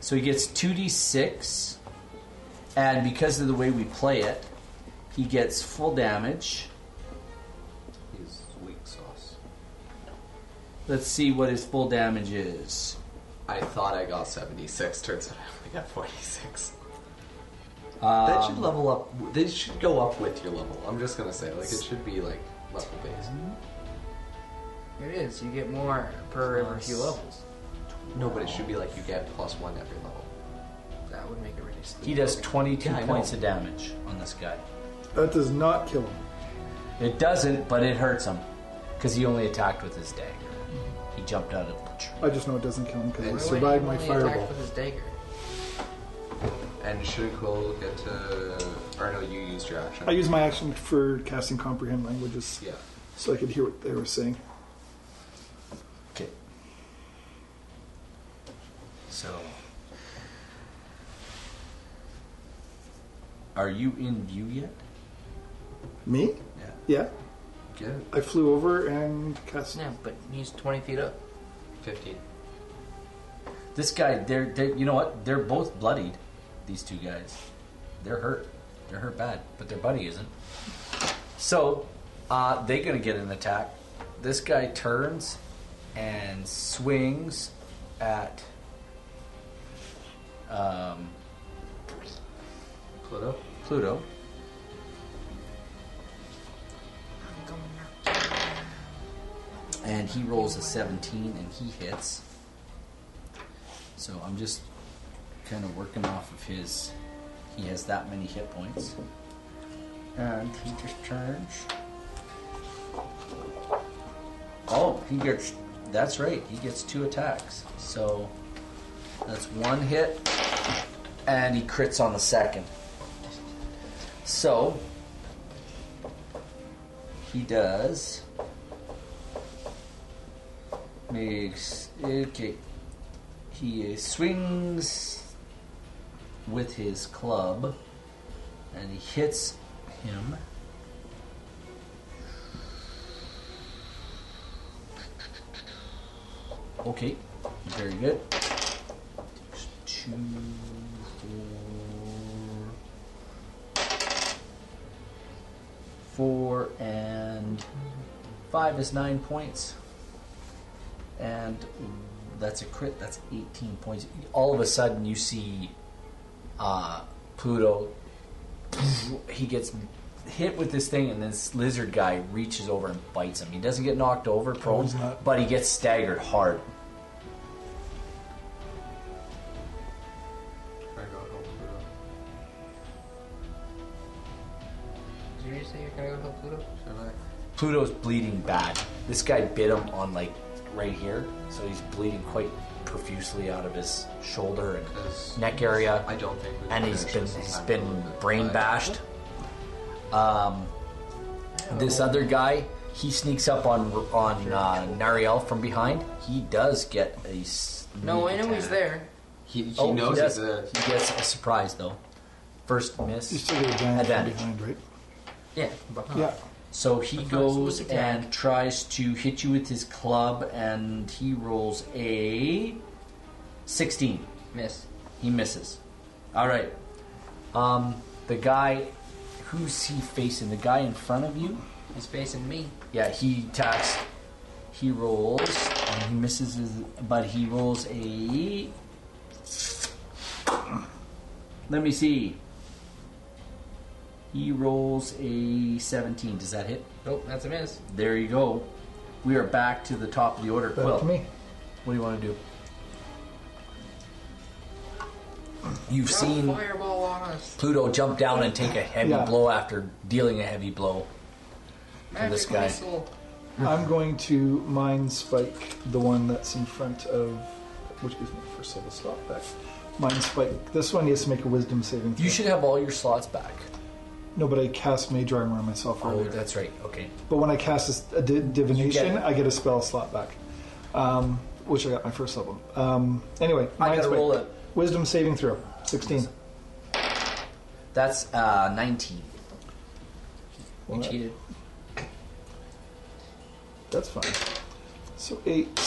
So he gets 2d6, and because of the way we play it, he gets full damage. He's weak sauce. Let's see what his full damage is. I thought I got 76. Turns out I only got 46. Um, that should level up. This should go up with your level. I'm just gonna say, like, it should be like level based. It is. You get more per every few levels. No, but it should be like you get plus one every level. That would make it ridiculous. He does 22 Yeah, I know. points of damage on this guy. That does not kill him. It doesn't, but it hurts him because he only attacked with his dagger. He jumped out of the tree. I just know it doesn't kill him because I And survived my Only attacked fireball. with his dagger. And shouldn't Quill get to? Or no, you used your action. I used my action for casting comprehend languages Yeah. so I could hear what they were saying. Okay. So, are you in view yet? Me? Yeah. Yeah. Get it. I flew over and cast. Yeah, but he's 20 feet up. Fifteen. This guy, they're, they're you know what? They're both bloodied. These two guys, they're hurt. They're hurt bad, but their buddy isn't. So uh, they're gonna get an attack. This guy turns and swings at. Um, Pluto. Pluto. And he rolls a 17 and he hits. So I'm just kind of working off of his. He has that many hit points. And he discharge. Oh, he gets. That's right, he gets two attacks. So that's one hit, and he crits on the second. So he does makes okay. He swings with his club and he hits him. Okay, very good. Two, four, and five is nine points, and that's a crit. That's eighteen points. All of a sudden, you see uh, Pluto. He gets hit with this thing, and this lizard guy reaches over and bites him. He doesn't get knocked over, prone, he's not. but he gets staggered hard. Try to go help Pluto. Did you just say you're gonna go help Pluto? Should I? Pluto's bleeding bad. This guy bit him on like right here, so he's bleeding quite profusely out of his shoulder and Because neck area, I don't think. we and can he's finish been this in he's time. been brain But- bashed. Um, this other guy, he sneaks up on on uh, Nariel from behind. He does get a sneak No, I know he's attack. there. He, he Oh, he knows does. it's a. He gets a surprise though. First You miss. still get advantage, Advantage. from behind, right? Yeah. behind. Yeah. So he goes and tries to hit you with his club, and he rolls a 16. Miss. He misses. All right. Um, the guy, who's he facing? The guy in front of you? He's facing me. Yeah, he attacks. He rolls, and he misses his, but he rolls a. Let me see. He rolls a 17. Does that hit? Nope, that's a miss. There you go. We are back to the top of the order. Back Quill, to me. what do you want to do? You've Drop seen fireball on us. Pluto jump down and take a heavy Yeah. blow after dealing a heavy blow. Magic this guy. missile. I'm going to mind spike the one that's in front of, which gives me first level slot back. Mind spike. This one he has to make a wisdom saving throw. You should have all your slots back. No, but I cast mage armor on myself Oh, earlier. that's right. Okay. But when I cast a s- a, di- divination, You get it. I get a spell slot back, um, which I got my first level. Um, anyway, I mind gotta spike. roll it. Wisdom saving throw, sixteen. That's uh, 19. Well, that- Cheated. That's fine. So 8,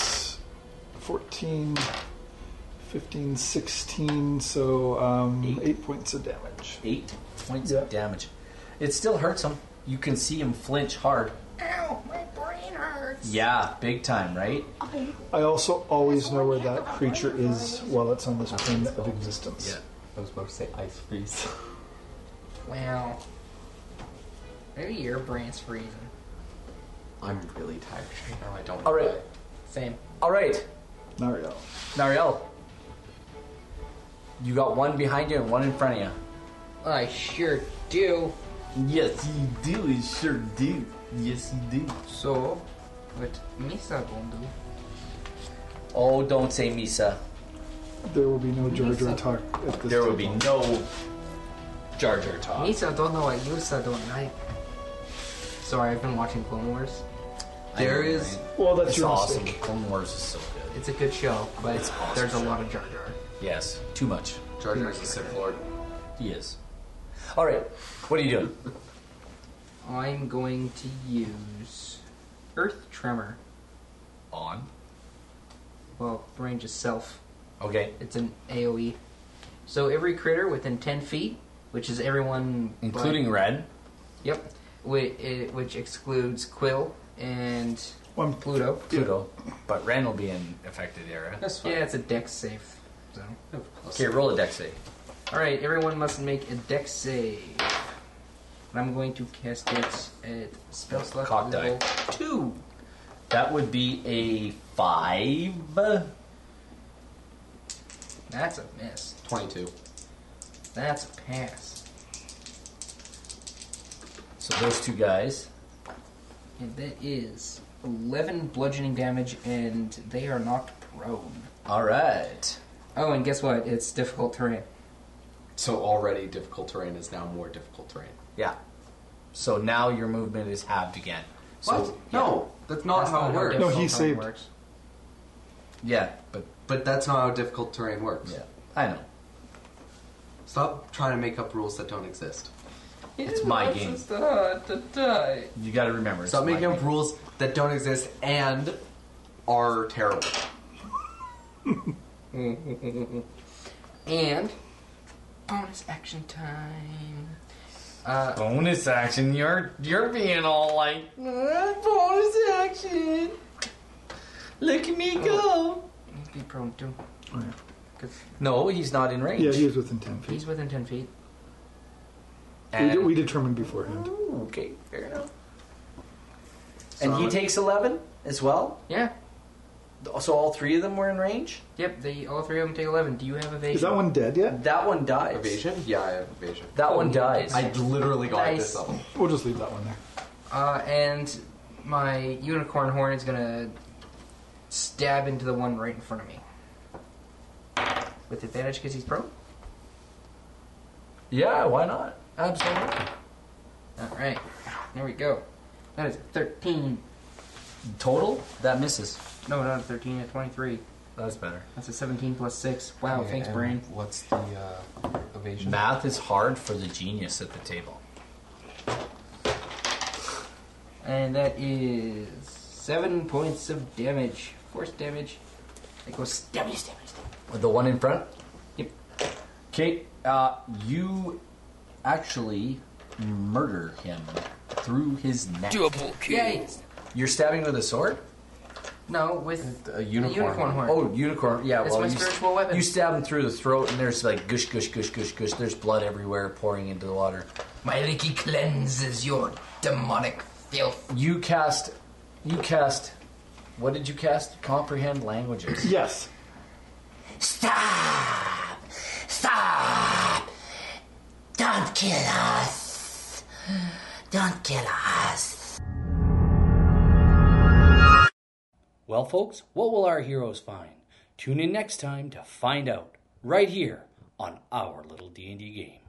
14, 15, 16, so um, Eight. 8. points of damage. Eight points Yeah. of damage. It still hurts him. You can see him flinch hard. Ow, my brain hurts. Yeah, big time, right? I also always know where that creature is while it's on this plane of existence. I was about to say ice freeze. Wow. Maybe your brain's freezing. I'm really tired right now. I don't. All right. Same. All right. Nariel. Nariel, you got one behind you and one in front of I sure do. you. Yes, you do. You sure do. Yes, you do. So, what Misa gonna do? Oh, don't say Misa. There will be no Jar Jar talk at this There will be table. no Jar Jar talk. Misa don't know what Yusa don't like. Sorry, I've been watching Clone Wars. There know, is. Well, that's It's your awesome. mistake. Clone Wars is so good. It's a good show, but It's awesome there's a show. lot of Jar Jar. Yes, too much. Jar Jar's the Sith Lord. He is. All right, what are you doing? I'm going to use Earth Tremor. On. Well, range is self. Okay. It's an AoE. So every critter within 10 feet, which is everyone. but- Including red. Yep. Which, which excludes Quill and One Pluto. Pluto, but Ren will be in affected area. That's fine. Yeah, it's a dex save. So. Okay, roll a dex save. Alright, everyone must make a dex save. And I'm going to cast dex at spell slot Cock die. level 2. That would be a five. That's a miss. Twenty-two. That's a pass. So those two guys. And that is 11 bludgeoning damage, and they are knocked prone. All right. Oh, and guess what? It's difficult terrain. So already difficult terrain is now more difficult terrain. Yeah. So now your movement is halved again. So, what? No, that's not That's how it works. No, he difficult terrain saved. Works. Yeah, but But that's not how difficult terrain works. yeah, I know. Stop trying to make up rules that don't exist. It's my game. You got to remember. Stop it's my making up game. rules that don't exist and are terrible. And bonus action time. bonus action. You're you're being all like "Ah, bonus action. Look at me go. Be prone too. Oh. Oh, No, he's not in range. Yeah, he is within 10 feet. He's within ten feet. We, And- de- we determined beforehand. okay, fair enough. And he takes eleven as well. Yeah. So all three of them were in range. Yep. They all three of them take eleven. Do you have evasion? Is that one dead yet? That one dies. Evasion? Yeah, I have evasion. That one Oh, dies. I literally got Nice. this level. We'll just leave that one there. Uh, and my unicorn horn is gonna stab into the one right in front of me. With advantage because he's prone. yeah, why not? Absolutely. All right. There we go. That is a thirteen. Total? That misses. No, not a thirteen. A twenty-three. That's better. That's a seventeen plus six. Wow. Oh, thanks, brain. What's the uh, evasion? Math is hard for the genius at the table. And that is seven points of damage. Force damage. It goes stabby, stabby, stabby. The one in front. Okay, uh, you actually murder him through his neck. Yay! You're stabbing with a sword. No, with A unicorn. unicorn horn. Oh, unicorn. Yeah, That's well, my you, spiritual weapon. you stab him through the throat, and there's like gush, gush, gush, gush, gush. There's blood everywhere pouring into the water. My leaky cleanses your demonic filth. You cast. You cast. What did you cast? Comprehend languages. Yes. Stop! Stop! Don't kill us! Don't kill us! Well, folks, what will our heroes find? Tune in next time to find out, right here on our little D&D game.